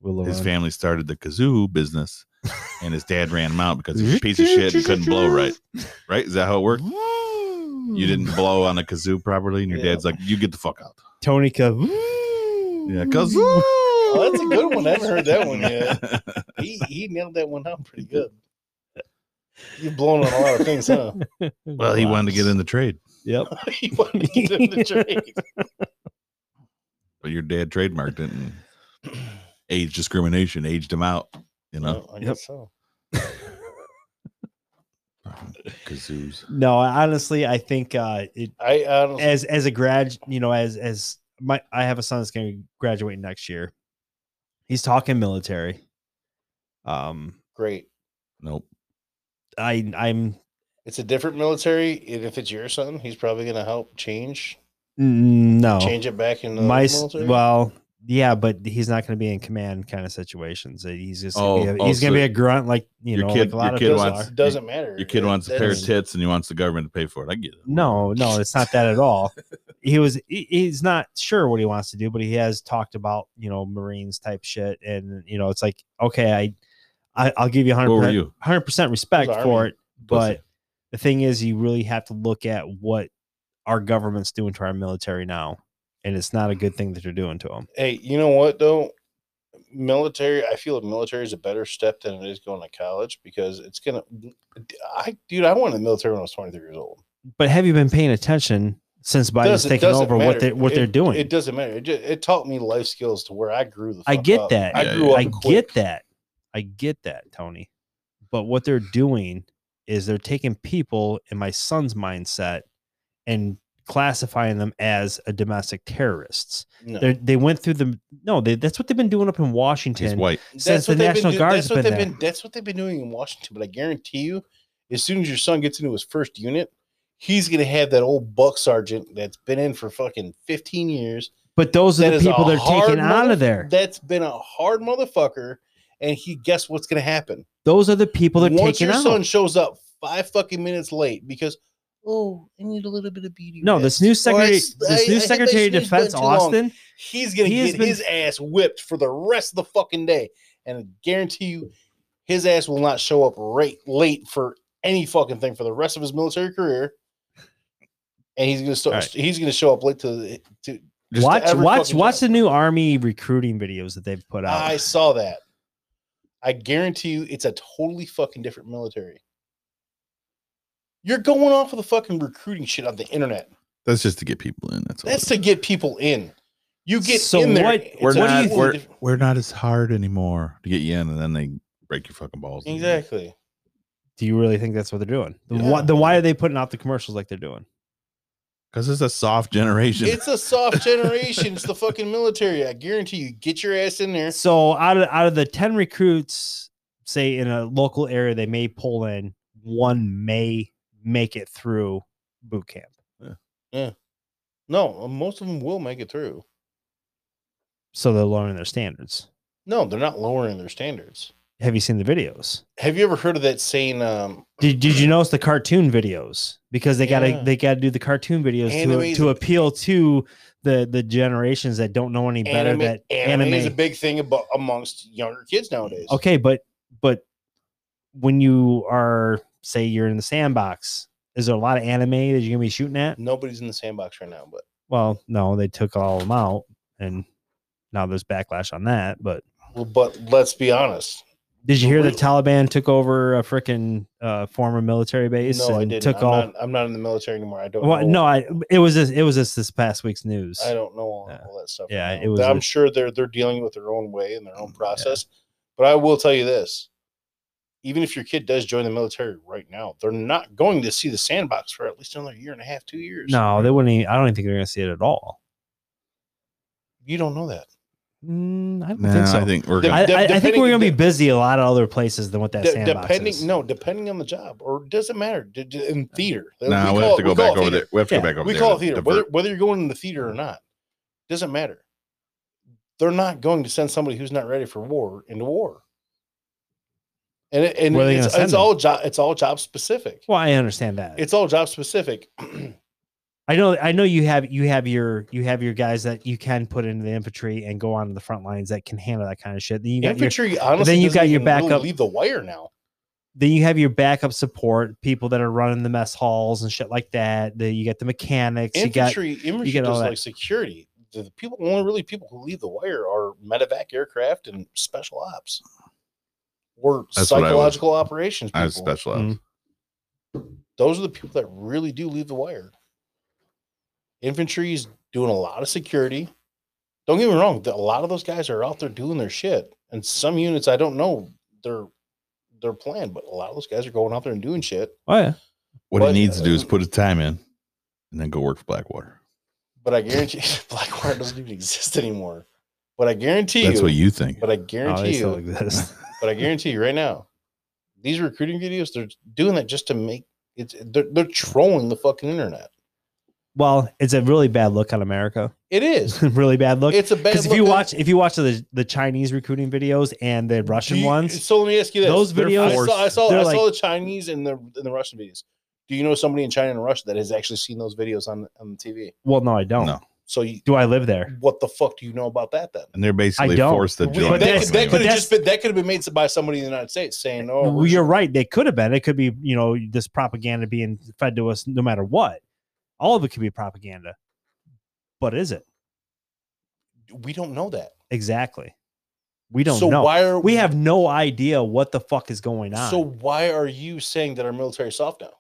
Speaker 4: Willow
Speaker 1: His
Speaker 4: Run.
Speaker 1: family started the kazoo business, and his dad ran him out because he was a piece of shit and couldn't blow right. Right? Is that how it worked? You didn't blow on a kazoo properly, and your
Speaker 3: Yeah.
Speaker 1: dad's like, "You get the fuck out."
Speaker 4: Tony Ka.
Speaker 1: Yeah, kazoo.
Speaker 3: Oh, that's a good one. I haven't heard that one yet. He he nailed that one out pretty good. You've blown on a lot of things, huh?
Speaker 1: well, he wanted to get in the trade,
Speaker 4: Yep.
Speaker 3: He wanted to get in the trade.
Speaker 1: but your dad trademarked it. And age discrimination aged him out. You know,
Speaker 3: Well, I guess so.
Speaker 1: kazoos.
Speaker 4: No, honestly, I think uh, it
Speaker 3: I honestly,
Speaker 4: as as a grad, you know, as as my I have a son that's going to graduate next year. He's talking military. Um,
Speaker 3: great.
Speaker 1: Nope.
Speaker 4: I I'm
Speaker 3: It's a different military, and if it's your son, he's probably gonna help change
Speaker 1: Oh.
Speaker 4: no
Speaker 3: change it back
Speaker 1: uh,
Speaker 3: in the
Speaker 4: my s-
Speaker 3: military.
Speaker 4: well yeah, but he's not going to be in command kind of situations. Uh, He's just
Speaker 1: Oh,
Speaker 4: gonna be a,
Speaker 1: oh,
Speaker 4: he's going
Speaker 1: so
Speaker 4: to be a grunt like you
Speaker 1: your
Speaker 4: know
Speaker 1: kid-
Speaker 4: like a lot
Speaker 1: your kid
Speaker 4: of kids
Speaker 3: doesn't,
Speaker 1: wants-
Speaker 4: are.
Speaker 3: doesn't matter.
Speaker 1: Your kid
Speaker 3: That-
Speaker 1: wants a pair of
Speaker 3: that's-
Speaker 1: tits and he wants the government to pay for it. I get it.
Speaker 4: No, no, it's not that at all. he was he- he's not sure what he wants to do, but he has talked about you know Marines type shit, and you know it's like okay, I, I I'll give you
Speaker 1: What were
Speaker 4: 100
Speaker 1: you?
Speaker 4: percent respect
Speaker 3: I was
Speaker 4: for
Speaker 3: Army.
Speaker 4: it, but the thing is, you really have to look at what our government's doing to our military now, and it's not a good thing that they're doing to them.
Speaker 3: Hey, you know what though? Military, I feel the military is a better step than it is going to college because it's gonna. I dude, I went in the military when I was twenty three years old.
Speaker 4: But have you been paying attention since Biden's
Speaker 3: Doesn't-
Speaker 4: taken
Speaker 3: doesn't
Speaker 4: over
Speaker 3: matter.
Speaker 4: what they what
Speaker 3: It-
Speaker 4: they're doing?
Speaker 3: It doesn't matter. It, just, it taught me life skills to where I grew the.
Speaker 4: I
Speaker 3: fuck
Speaker 4: get
Speaker 3: up.
Speaker 4: that.
Speaker 3: I
Speaker 1: Yeah,
Speaker 3: grew
Speaker 1: yeah.
Speaker 3: up.
Speaker 4: I
Speaker 3: quick.
Speaker 4: get that. I get that, Tony. But what they're doing is they're taking people in my son's mindset and classifying them as a domestic terrorists.
Speaker 3: No.
Speaker 4: They they went through the no, they, that's what they've been doing up in
Speaker 1: He's
Speaker 4: Washington
Speaker 1: white.
Speaker 4: since the
Speaker 3: what they've been
Speaker 4: National
Speaker 3: do-
Speaker 4: Guard's
Speaker 3: that's what
Speaker 4: been
Speaker 3: they've
Speaker 4: there.
Speaker 3: been that's what they've been doing in Washington. But I guarantee you, as soon as your son gets into his first unit, he's gonna have that old buck sergeant that's been in for fucking 15 years.
Speaker 4: but those are
Speaker 3: That
Speaker 4: the
Speaker 3: is a
Speaker 4: people they're
Speaker 3: hard
Speaker 4: taking out
Speaker 3: mother-
Speaker 4: of there.
Speaker 3: That's been a hard motherfucker. And he guess what's gonna happen?
Speaker 4: Those are the people they're
Speaker 3: Once
Speaker 4: taking
Speaker 3: your
Speaker 4: out.
Speaker 3: son shows up five fucking minutes late because oh, I need a little bit of beauty.
Speaker 4: no, this new secretary, this new Secretary of Defense, Austin.
Speaker 3: he's gonna
Speaker 4: He has
Speaker 3: get
Speaker 4: been-
Speaker 3: his ass whipped for the rest of the fucking day. And I guarantee you, his ass will not show up right late for any fucking thing for the rest of his military career. And he's gonna start.
Speaker 4: All right.
Speaker 3: He's gonna show up late to. to just to
Speaker 4: Watch,
Speaker 3: every
Speaker 4: watch,
Speaker 3: fucking
Speaker 4: watch
Speaker 3: job.
Speaker 4: the new Army recruiting videos that they've put out.
Speaker 3: I saw that. I guarantee you, it's a totally fucking different military. You're going off of the fucking recruiting shit on the internet.
Speaker 1: That's just to get people in. That's all.
Speaker 3: That's to get people in. You get
Speaker 4: So
Speaker 3: in there.
Speaker 4: what-
Speaker 3: it's
Speaker 1: we're
Speaker 3: a
Speaker 1: not
Speaker 3: totally
Speaker 1: we're,
Speaker 3: different-
Speaker 1: we're not as hard anymore to get you in, and then they break your fucking balls.
Speaker 3: exactly.
Speaker 4: Do you really think that's what they're doing? Then
Speaker 3: Yeah.
Speaker 4: why- then why are they putting out the commercials like they're doing?
Speaker 1: because it's a soft generation.
Speaker 3: It's a soft generation. It's the fucking military. I guarantee you. Get your ass in there.
Speaker 4: So out of out of the ten recruits, say in a local area, they may pull in one may make it through boot camp.
Speaker 3: No, most of them will make it through.
Speaker 4: So they're lowering their standards.
Speaker 3: No, they're not lowering their standards.
Speaker 4: Have you seen the videos?
Speaker 3: Have you ever heard of that saying? Um,
Speaker 4: Did, did you notice the cartoon videos? Because they gotta
Speaker 3: Yeah.
Speaker 4: they gotta do the cartoon videos to,
Speaker 3: Anime's-
Speaker 4: to appeal to the the generations that don't know any better.
Speaker 3: anime,
Speaker 4: that
Speaker 3: anime,
Speaker 4: anime,
Speaker 3: is a big thing about amongst younger kids nowadays.
Speaker 4: okay but but when you are say you're in the sandbox is there a lot of anime that you're gonna be shooting at
Speaker 3: Nobody's in the sandbox right now, but
Speaker 4: well no they took all of them out and now there's backlash on that but
Speaker 3: well, but let's be honest.
Speaker 4: did you hear the
Speaker 3: Really?
Speaker 4: taliban took over a freaking uh, former military base
Speaker 3: No, I
Speaker 4: and
Speaker 3: didn't.
Speaker 4: took
Speaker 3: I'm,
Speaker 4: all
Speaker 3: not, I'm not in the military anymore. I don't.
Speaker 4: well,
Speaker 3: know.
Speaker 4: no i it was just it was just this past week's news
Speaker 3: I don't know all,
Speaker 4: Yeah.
Speaker 3: all that stuff.
Speaker 4: Yeah,
Speaker 3: right now.
Speaker 4: it was Mm,
Speaker 3: I'm
Speaker 4: a-
Speaker 3: sure they're they're dealing with their own way and their own process. But I will tell you this: even if your kid does join the military right now, they're not going to see the sandbox for at least another year and a half, two years.
Speaker 4: no they wouldn't even, i don't even think they're gonna see it at all
Speaker 3: you don't know that.
Speaker 4: Mm, i don't
Speaker 1: Nah,
Speaker 4: think so
Speaker 1: I think we're
Speaker 3: The-
Speaker 1: gonna.
Speaker 4: I,
Speaker 3: de-
Speaker 4: I- I think
Speaker 3: depending-
Speaker 4: we're gonna be
Speaker 3: de-
Speaker 4: busy a lot of other places than what that
Speaker 3: De-
Speaker 4: sandbox
Speaker 3: depending,
Speaker 4: is.
Speaker 3: no, depending on the job, or it doesn't matter. D- d- in theater,
Speaker 1: No, nah, we,
Speaker 3: call
Speaker 1: have
Speaker 3: it-
Speaker 1: to go
Speaker 3: call it
Speaker 1: back over there.
Speaker 3: theater.
Speaker 1: We have to
Speaker 4: Yeah.
Speaker 1: go back over
Speaker 3: We
Speaker 1: there.
Speaker 3: call it
Speaker 1: to
Speaker 3: theater,
Speaker 1: divert.
Speaker 3: whether whether you're going in the theater or not, doesn't matter. They're not going to send somebody who's not ready for war into war. And it, and
Speaker 4: Where are they
Speaker 3: it's,
Speaker 4: gonna send
Speaker 3: it's
Speaker 4: them?
Speaker 3: all job it's all job specific.
Speaker 4: well i understand that
Speaker 3: It's all job specific.
Speaker 4: I know I know you have you have your you have your guys that you can put into the infantry and go on to the front lines that can handle that kind of shit. Then you got your
Speaker 3: Infantry, honestly,
Speaker 4: then you've
Speaker 3: doesn't
Speaker 4: got your
Speaker 3: even really
Speaker 4: backup-
Speaker 3: leave the wire now.
Speaker 4: then you have your backup support, people that are running the mess halls and shit like that. Then you got the mechanics, you
Speaker 3: Infantry, infantry
Speaker 4: get all
Speaker 3: does
Speaker 4: that.
Speaker 3: like security. The, the people, only really people who leave the wire are medevac aircraft and special ops, or
Speaker 1: That's what I was-
Speaker 3: psychological operations.
Speaker 1: I was
Speaker 3: people.
Speaker 1: special ops.
Speaker 4: Mm.
Speaker 3: those are the people that really do leave the wire. Infantry is doing a lot of security. Don't get me wrong, th- a lot of those guys are out there doing their shit. And some units, I don't know their their plan, but a lot of those guys are going out there and doing shit.
Speaker 4: got oh yeah.
Speaker 1: What
Speaker 3: But- uh,
Speaker 1: he needs to do is put his time in, and then go work for Blackwater.
Speaker 3: But I guarantee Blackwater doesn't even exist anymore. But I guarantee
Speaker 1: That's
Speaker 3: you,
Speaker 1: what you think.
Speaker 3: but I
Speaker 4: Oh, they
Speaker 3: guarantee
Speaker 4: still
Speaker 3: you,
Speaker 4: exist.
Speaker 3: but I guarantee you right now, these recruiting videos, they're doing that just to make it's they're, they're trolling the fucking internet.
Speaker 4: well, it's a really bad look on America.
Speaker 3: It is.
Speaker 4: really bad look.
Speaker 3: It's a bad
Speaker 4: Because if you
Speaker 3: look at-
Speaker 4: watch if you watch the the Chinese recruiting videos and the Russian
Speaker 3: Do you-
Speaker 4: ones,
Speaker 3: So let me ask you this:
Speaker 4: those
Speaker 1: they're
Speaker 4: videos
Speaker 3: I
Speaker 1: forced.
Speaker 3: saw, I saw,
Speaker 4: they're
Speaker 3: I
Speaker 4: like-
Speaker 3: saw the Chinese and the and the Russian videos. Do you know somebody in China and Russia that has actually seen those videos on on the TV?
Speaker 4: well no, I don't.
Speaker 1: No.
Speaker 3: So you,
Speaker 4: Do I live there?
Speaker 3: what the fuck do you know about that then?
Speaker 1: and they're basically
Speaker 4: don't.
Speaker 1: forced to
Speaker 3: We-
Speaker 1: join.
Speaker 4: but
Speaker 1: the
Speaker 3: that
Speaker 4: that's-
Speaker 1: fucking anyway.
Speaker 3: could, that could have
Speaker 4: that's-
Speaker 3: just been that could have been made by somebody in the United States saying, "Oh,
Speaker 4: Well,
Speaker 3: we're-
Speaker 4: you're right. They could have been. It could be, you know, this propaganda being fed to us no matter what. All of it could be propaganda. But is it?
Speaker 3: we don't know that.
Speaker 4: Exactly. We don't
Speaker 3: so
Speaker 4: know.
Speaker 3: why are
Speaker 4: we have no idea what the fuck is going on.
Speaker 3: So why are you saying that our military is soft now?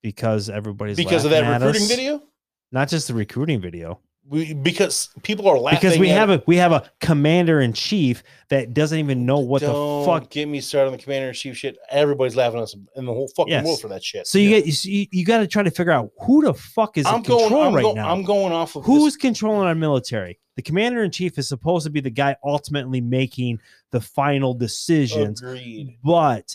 Speaker 4: because everybody's
Speaker 3: Because of
Speaker 4: laughing
Speaker 3: that
Speaker 4: at
Speaker 3: recruiting
Speaker 4: us.
Speaker 3: video?
Speaker 4: Not just the recruiting video.
Speaker 3: we, because people are laughing.
Speaker 4: because we
Speaker 3: at
Speaker 4: have
Speaker 3: it.
Speaker 4: a we have a commander in chief that doesn't even know what
Speaker 3: Don't
Speaker 4: the fuck.
Speaker 3: Get me started on the commander in chief shit. Everybody's laughing at us in the whole fucking
Speaker 4: Yes.
Speaker 3: world for that shit.
Speaker 4: So you get you, you got to try to figure out who the fuck is
Speaker 3: I'm
Speaker 4: in control
Speaker 3: going. I'm,
Speaker 4: right
Speaker 3: go-
Speaker 4: now.
Speaker 3: I'm going off of
Speaker 4: Who's
Speaker 3: this-
Speaker 4: controlling our military? The commander in chief is supposed to be the guy ultimately making the final decisions,
Speaker 3: agreed.
Speaker 4: but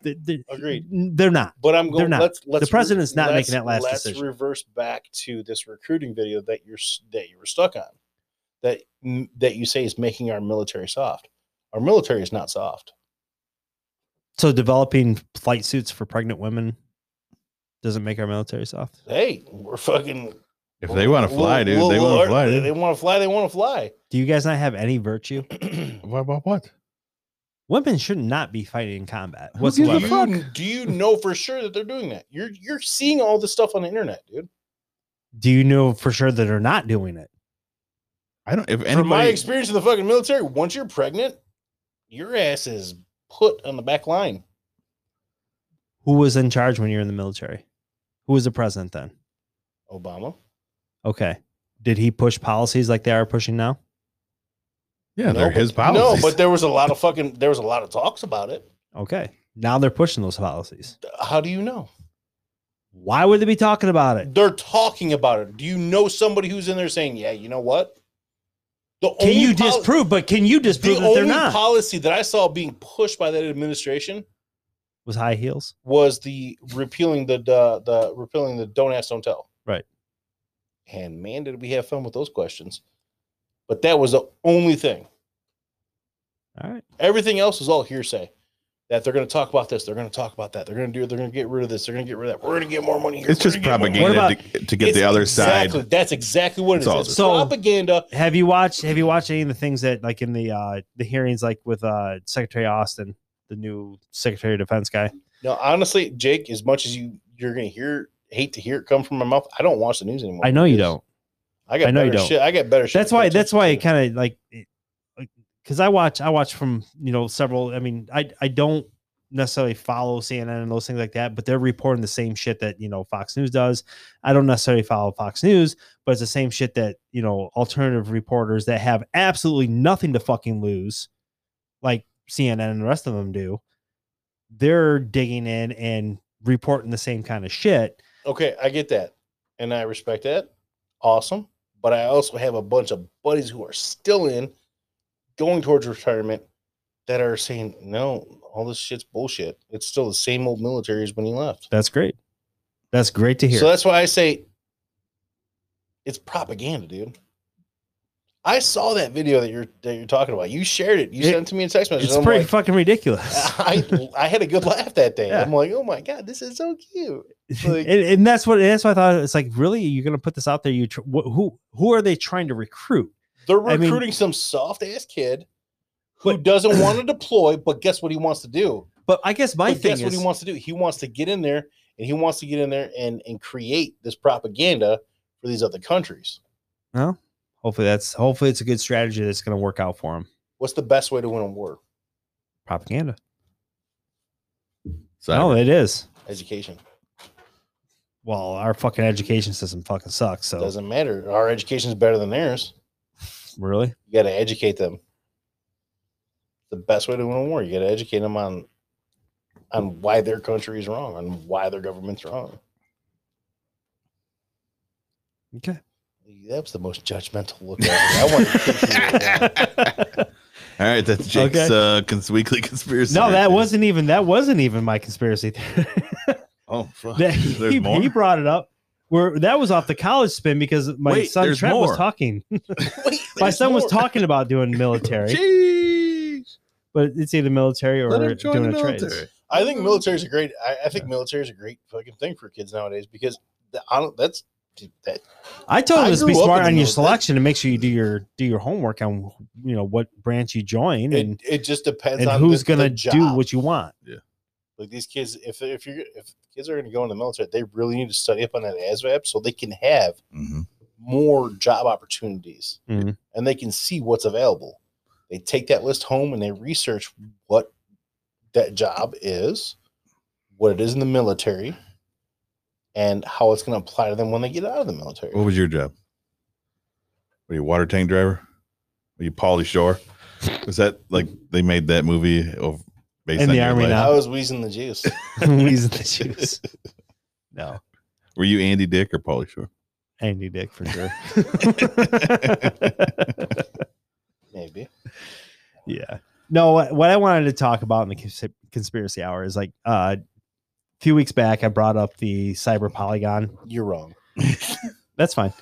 Speaker 4: the, the,
Speaker 3: Agreed.
Speaker 4: they're not.
Speaker 3: But I'm going.
Speaker 4: They're not.
Speaker 3: Let's, let's
Speaker 4: president's not
Speaker 3: let's-
Speaker 4: making that last
Speaker 3: Let's
Speaker 4: decision.
Speaker 3: reverse back to this recruiting video that you're s- that you were stuck on, that m- that you say is making our military soft. Our military is not soft.
Speaker 4: So developing flight suits for pregnant women doesn't make our military soft.
Speaker 3: Hey, we're fucking.
Speaker 1: If they want to fly, dude, they want to fly.
Speaker 3: They,
Speaker 1: dude.
Speaker 3: want to fly. They want to fly.
Speaker 4: Do you guys not have any virtue?
Speaker 1: What? What? what?
Speaker 4: Women should not be fighting in combat
Speaker 1: Who gives a
Speaker 4: whatsoever.
Speaker 1: fuck?
Speaker 3: You- do you know for sure that they're doing that? You're you're seeing all this stuff on the internet, dude.
Speaker 4: Do you know for sure that they're not doing it?
Speaker 1: I don't. If
Speaker 3: From my
Speaker 1: anybody,
Speaker 3: experience in the fucking military, once you're pregnant, your ass is put on the back line.
Speaker 4: Who was in charge when you were in the military? Who was the president then?
Speaker 3: Obama.
Speaker 4: Okay. Did he push policies like they are pushing now?
Speaker 1: yeah, they're
Speaker 3: No,
Speaker 1: his
Speaker 3: but-
Speaker 1: policies.
Speaker 3: No, but there was a lot of fucking there was a lot of talks about it.
Speaker 4: Okay. Now they're pushing those policies.
Speaker 3: How do you know?
Speaker 4: Why would they be talking about it?
Speaker 3: They're talking about it. Do you know somebody who's in there saying, "Yeah, you know what?" The
Speaker 4: Can you
Speaker 3: poli-
Speaker 4: disprove? But can you
Speaker 3: the
Speaker 4: disprove that they're
Speaker 3: only
Speaker 4: not?
Speaker 3: policy that I saw being pushed by that administration
Speaker 4: was high heels?
Speaker 3: was the repealing the the, the repealing the don't ask don't tell
Speaker 4: Right.
Speaker 3: and man did we have fun with those questions but that was the only thing
Speaker 4: All right.
Speaker 3: everything else was all hearsay that they're going to talk about this they're going to talk about that they're going to do they're going to get rid of this they're going to get rid of that we're going to get more money here
Speaker 1: it's
Speaker 3: we're
Speaker 1: just
Speaker 3: gonna get more money
Speaker 1: propaganda
Speaker 3: here."
Speaker 4: What
Speaker 1: to, to get
Speaker 3: It's
Speaker 1: the other
Speaker 3: exactly,
Speaker 1: side.
Speaker 3: that's exactly what
Speaker 1: It's
Speaker 3: it's
Speaker 1: all
Speaker 3: it's
Speaker 4: just- So-
Speaker 3: propaganda
Speaker 4: Have you watched have you watched any of the things that like in the uh the hearings like with uh Secretary Austin, the new Secretary of Defense guy?
Speaker 3: no honestly jake as much as you you're going to hear hate to hear it come from my mouth i don't watch the news anymore
Speaker 4: I know you
Speaker 3: because
Speaker 4: don't.
Speaker 3: i got
Speaker 4: I know you
Speaker 3: better
Speaker 4: don't.
Speaker 3: shit i got better shit
Speaker 4: That's
Speaker 3: to pay
Speaker 4: why that's
Speaker 3: attention
Speaker 4: why
Speaker 3: to.
Speaker 4: it kind of like because I watch I watch from you know several I mean I I don't necessarily follow CNN and those things like that, but they're reporting the same shit that you know Fox News does. I don't necessarily follow Fox News, but it's the same shit that you know alternative reporters that have absolutely nothing to fucking lose, like CNN and the rest of them do. They're digging in and reporting the same kind of shit.
Speaker 3: Okay, I get that. And I respect that. Awesome. But I also have a bunch of buddies who are still in, going towards retirement, that are saying, no, all this shit's bullshit. It's still the same old military as when he left.
Speaker 4: That's great. That's great to hear.
Speaker 3: So that's why I say it's propaganda, dude. I saw that video that you're that you're talking about. You shared it. You
Speaker 4: It-
Speaker 3: sent it to me in text message.
Speaker 4: it's
Speaker 3: and I'm
Speaker 4: pretty
Speaker 3: like,
Speaker 4: fucking ridiculous.
Speaker 3: I, I had a good laugh that day.
Speaker 4: Yeah.
Speaker 3: I'm like, oh my god, this is so cute. Like-
Speaker 4: and, and that's what that's what I thought. It's like, really, you're gonna put this out there? You tr- wh- who who are they trying to recruit?
Speaker 3: They're
Speaker 4: I mean-
Speaker 3: recruiting some soft ass kid who doesn't want to deploy, but guess what he wants to do?
Speaker 4: But I guess my
Speaker 3: But
Speaker 4: thing
Speaker 3: guess
Speaker 4: is,
Speaker 3: what he wants to do? He wants to get in there and he wants to get in there and and create this propaganda for these other countries.
Speaker 4: hopefully that's hopefully it's a good strategy that's gonna work out for him.
Speaker 3: What's the best way to win a war?
Speaker 4: Propaganda.
Speaker 1: side.
Speaker 4: No, it is.
Speaker 3: Education.
Speaker 4: Well, our fucking education system fucking sucks. So
Speaker 3: Doesn't matter. Our education is better than theirs.
Speaker 4: really,
Speaker 3: You got to educate them. The best way to win a war, you got to educate them on on why their country is wrong, on why their government's wrong.
Speaker 4: okay.
Speaker 3: That was the most judgmental look. Ever. I want to kick you right now.
Speaker 1: All right, that's Jake's uh, cons- weekly conspiracy.
Speaker 4: No,
Speaker 1: right
Speaker 4: that
Speaker 1: there.
Speaker 4: wasn't even that wasn't even my conspiracy theory.
Speaker 1: Oh, fuck.
Speaker 4: that
Speaker 1: There's
Speaker 4: he,
Speaker 1: more?
Speaker 4: he brought it up. Where that was off the college spin because my
Speaker 1: Wait,
Speaker 4: son
Speaker 1: there's
Speaker 4: Trent
Speaker 1: more.
Speaker 4: was talking.
Speaker 3: Wait,
Speaker 4: my
Speaker 3: there's
Speaker 4: son was
Speaker 3: more.
Speaker 4: talking about doing military,
Speaker 1: Jeez.
Speaker 4: but it's either military or
Speaker 1: Let him join
Speaker 4: doing
Speaker 1: the
Speaker 4: a trades.
Speaker 1: military.
Speaker 3: I think military is a great. I, I think military is a great fucking thing for kids nowadays because the, I don't, that's that.
Speaker 4: I told
Speaker 3: I
Speaker 4: him to
Speaker 3: grew
Speaker 4: be
Speaker 3: up
Speaker 4: smart
Speaker 3: in the
Speaker 4: on your
Speaker 3: military.
Speaker 4: selection and make sure you do your do your homework on you know what branch you join
Speaker 3: It,
Speaker 4: and
Speaker 3: it just depends
Speaker 4: and
Speaker 3: on
Speaker 4: who's
Speaker 3: the-
Speaker 4: gonna
Speaker 3: the
Speaker 4: do
Speaker 3: job.
Speaker 4: what you want.
Speaker 3: like these kids. If if you if kids are gonna go in the military, they really need to study up on that ASVAB so they can have
Speaker 1: Mhm.
Speaker 3: more job opportunities
Speaker 4: Mhm.
Speaker 3: and they can see what's available. They take that list home and they research what that job is, what it is in the military, and how it's going to apply to them when they get out of the military.
Speaker 1: What was your job? What are you, water tank driver? Are you Paulie Shore? Was that like they made that movie of based
Speaker 4: In
Speaker 1: on
Speaker 4: the
Speaker 1: your
Speaker 4: Army
Speaker 1: life?
Speaker 4: now.
Speaker 3: I was wheezing the juice.
Speaker 4: Wheezing the shoes.
Speaker 1: Oh.
Speaker 4: No,
Speaker 1: Were you Andy Dick or Paulie Shore?
Speaker 4: Andy Dick for sure.
Speaker 3: Maybe.
Speaker 4: yeah. No, what, what I wanted to talk about in the cons- conspiracy hour is like uh, a few weeks back, I brought up the cyber polygon.
Speaker 3: You're wrong.
Speaker 4: That's fine.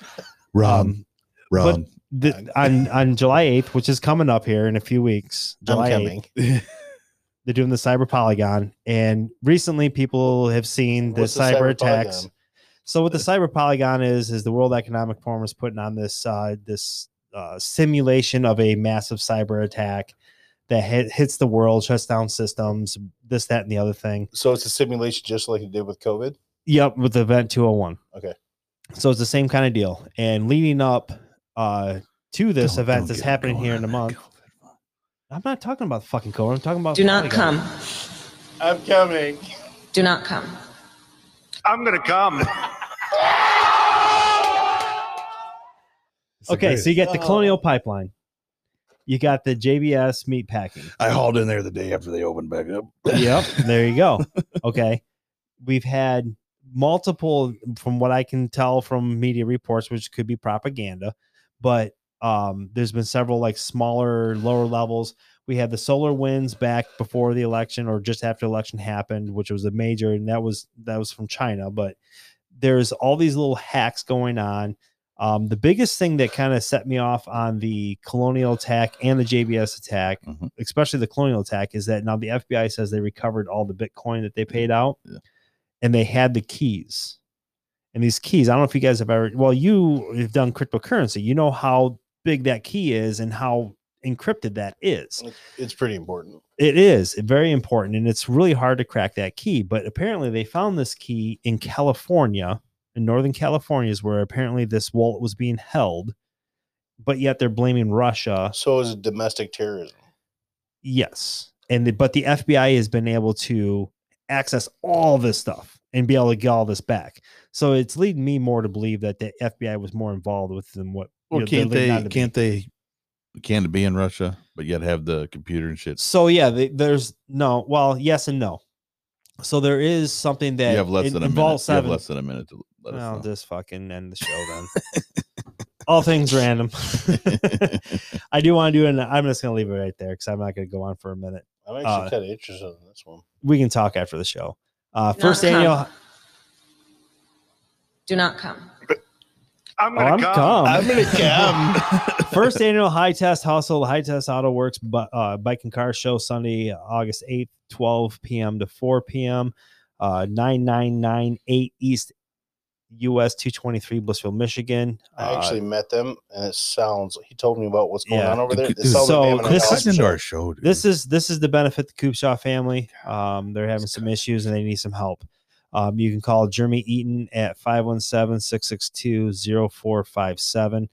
Speaker 4: Um,
Speaker 1: Rum.
Speaker 4: the, on on July 8th, which is coming up here in a few weeks. July
Speaker 3: I'm
Speaker 4: 8th,
Speaker 3: coming.
Speaker 4: they're doing the cyber polygon and recently people have seen the
Speaker 3: What's the
Speaker 4: cyber,
Speaker 3: cyber
Speaker 4: attacks
Speaker 3: polygon?
Speaker 4: so what the cyber polygon is is the world economic forum is putting on this uh, this uh, simulation of a massive cyber attack that hit, hits the world shuts down systems this that and the other thing
Speaker 3: So it's a simulation just like it did with COVID.
Speaker 4: Yep, with Event 201.
Speaker 3: Okay.
Speaker 4: So it's the same kind of deal. And leading up uh to this
Speaker 1: Don't-
Speaker 4: event
Speaker 1: don't
Speaker 4: that's
Speaker 1: get me
Speaker 4: happening
Speaker 1: going
Speaker 4: here
Speaker 1: on
Speaker 4: in a
Speaker 1: that
Speaker 4: month. I'm not talking about the fucking COVID. I'm talking about
Speaker 6: Do not
Speaker 4: Polygon.
Speaker 6: come.
Speaker 3: I'm coming.
Speaker 6: Do not come.
Speaker 7: I'm gonna come.
Speaker 4: Okay, so you got the
Speaker 3: Oh.
Speaker 4: Colonial Pipeline. You got the JBS meat packing.
Speaker 1: I hauled in there the day after they opened back up.
Speaker 4: Yep. There you go. Okay. We've had multiple, from what I can tell from media reports, which could be propaganda, but um, there's been several like smaller, lower levels. We had the solar winds back before the election or just after the election happened, which was a major, and that was that was from China. But there's all these little hacks going on. Um, the biggest thing that kind of set me off on the colonial attack and the JBS attack especially the colonial attack, is that now the FBI says they recovered all the Bitcoin that they paid out
Speaker 1: Yeah.
Speaker 4: and they had the keys. And these keys, I don't know if you guys have ever, well, you have done cryptocurrency. You know how big that key is and how encrypted that is.
Speaker 3: It's pretty important.
Speaker 4: It is eh, very important and it's really hard to crack that key. But apparently, they found this key in California, in Northern California, is where apparently this wallet was being held. But yet they're blaming Russia
Speaker 3: So is domestic terrorism.
Speaker 4: Yes. And the, but the FBI has been able to access all this stuff and be able to get all this back. So it's leading me more to believe that the FBI was more involved with than what.
Speaker 1: Well,
Speaker 4: you know, they're
Speaker 1: can't
Speaker 4: leading
Speaker 1: they?
Speaker 4: on to be.
Speaker 1: Can't they? Can't be in Russia, but yet have the computer and shit.
Speaker 4: So yeah, they, there's no. Well, yes and no. So there is something that
Speaker 1: you have less
Speaker 4: in-
Speaker 1: than a minute.
Speaker 4: involves
Speaker 1: You have
Speaker 4: seven-
Speaker 1: less than a minute to let us
Speaker 4: I'll
Speaker 1: know.
Speaker 4: just fucking end the show then. All things random. I do want to do it. and I'm just going to leave it right there because I'm not going to go on for a minute.
Speaker 3: I'm actually
Speaker 4: Uh,
Speaker 3: kind of interested in this one.
Speaker 4: We can talk after the show. Uh,
Speaker 6: Not
Speaker 4: first
Speaker 6: come.
Speaker 4: annual.
Speaker 6: Do not come.
Speaker 7: I'm
Speaker 4: Oh, I'm come.
Speaker 1: gonna
Speaker 4: First annual High Test Hustle, High Test Auto Works bu- uh, Bike and Car Show, Sunday, August 8th, 12 p.m. to 4 p.m., uh, 9998 East US 223, Blissville, Michigan.
Speaker 3: I actually met them, and it sounds. He told me about what's going
Speaker 4: uh, yeah.
Speaker 3: on over there. It
Speaker 1: Dude,
Speaker 3: sounds
Speaker 4: so
Speaker 3: like they have an
Speaker 4: this
Speaker 3: awesome
Speaker 1: Cutting into
Speaker 3: show.
Speaker 1: our show, dude.
Speaker 4: this is this is the benefit the Coopshaw family. Um, they're having some issues and they need some help. Um, you can call Jeremy Eaton at 517 662 0457.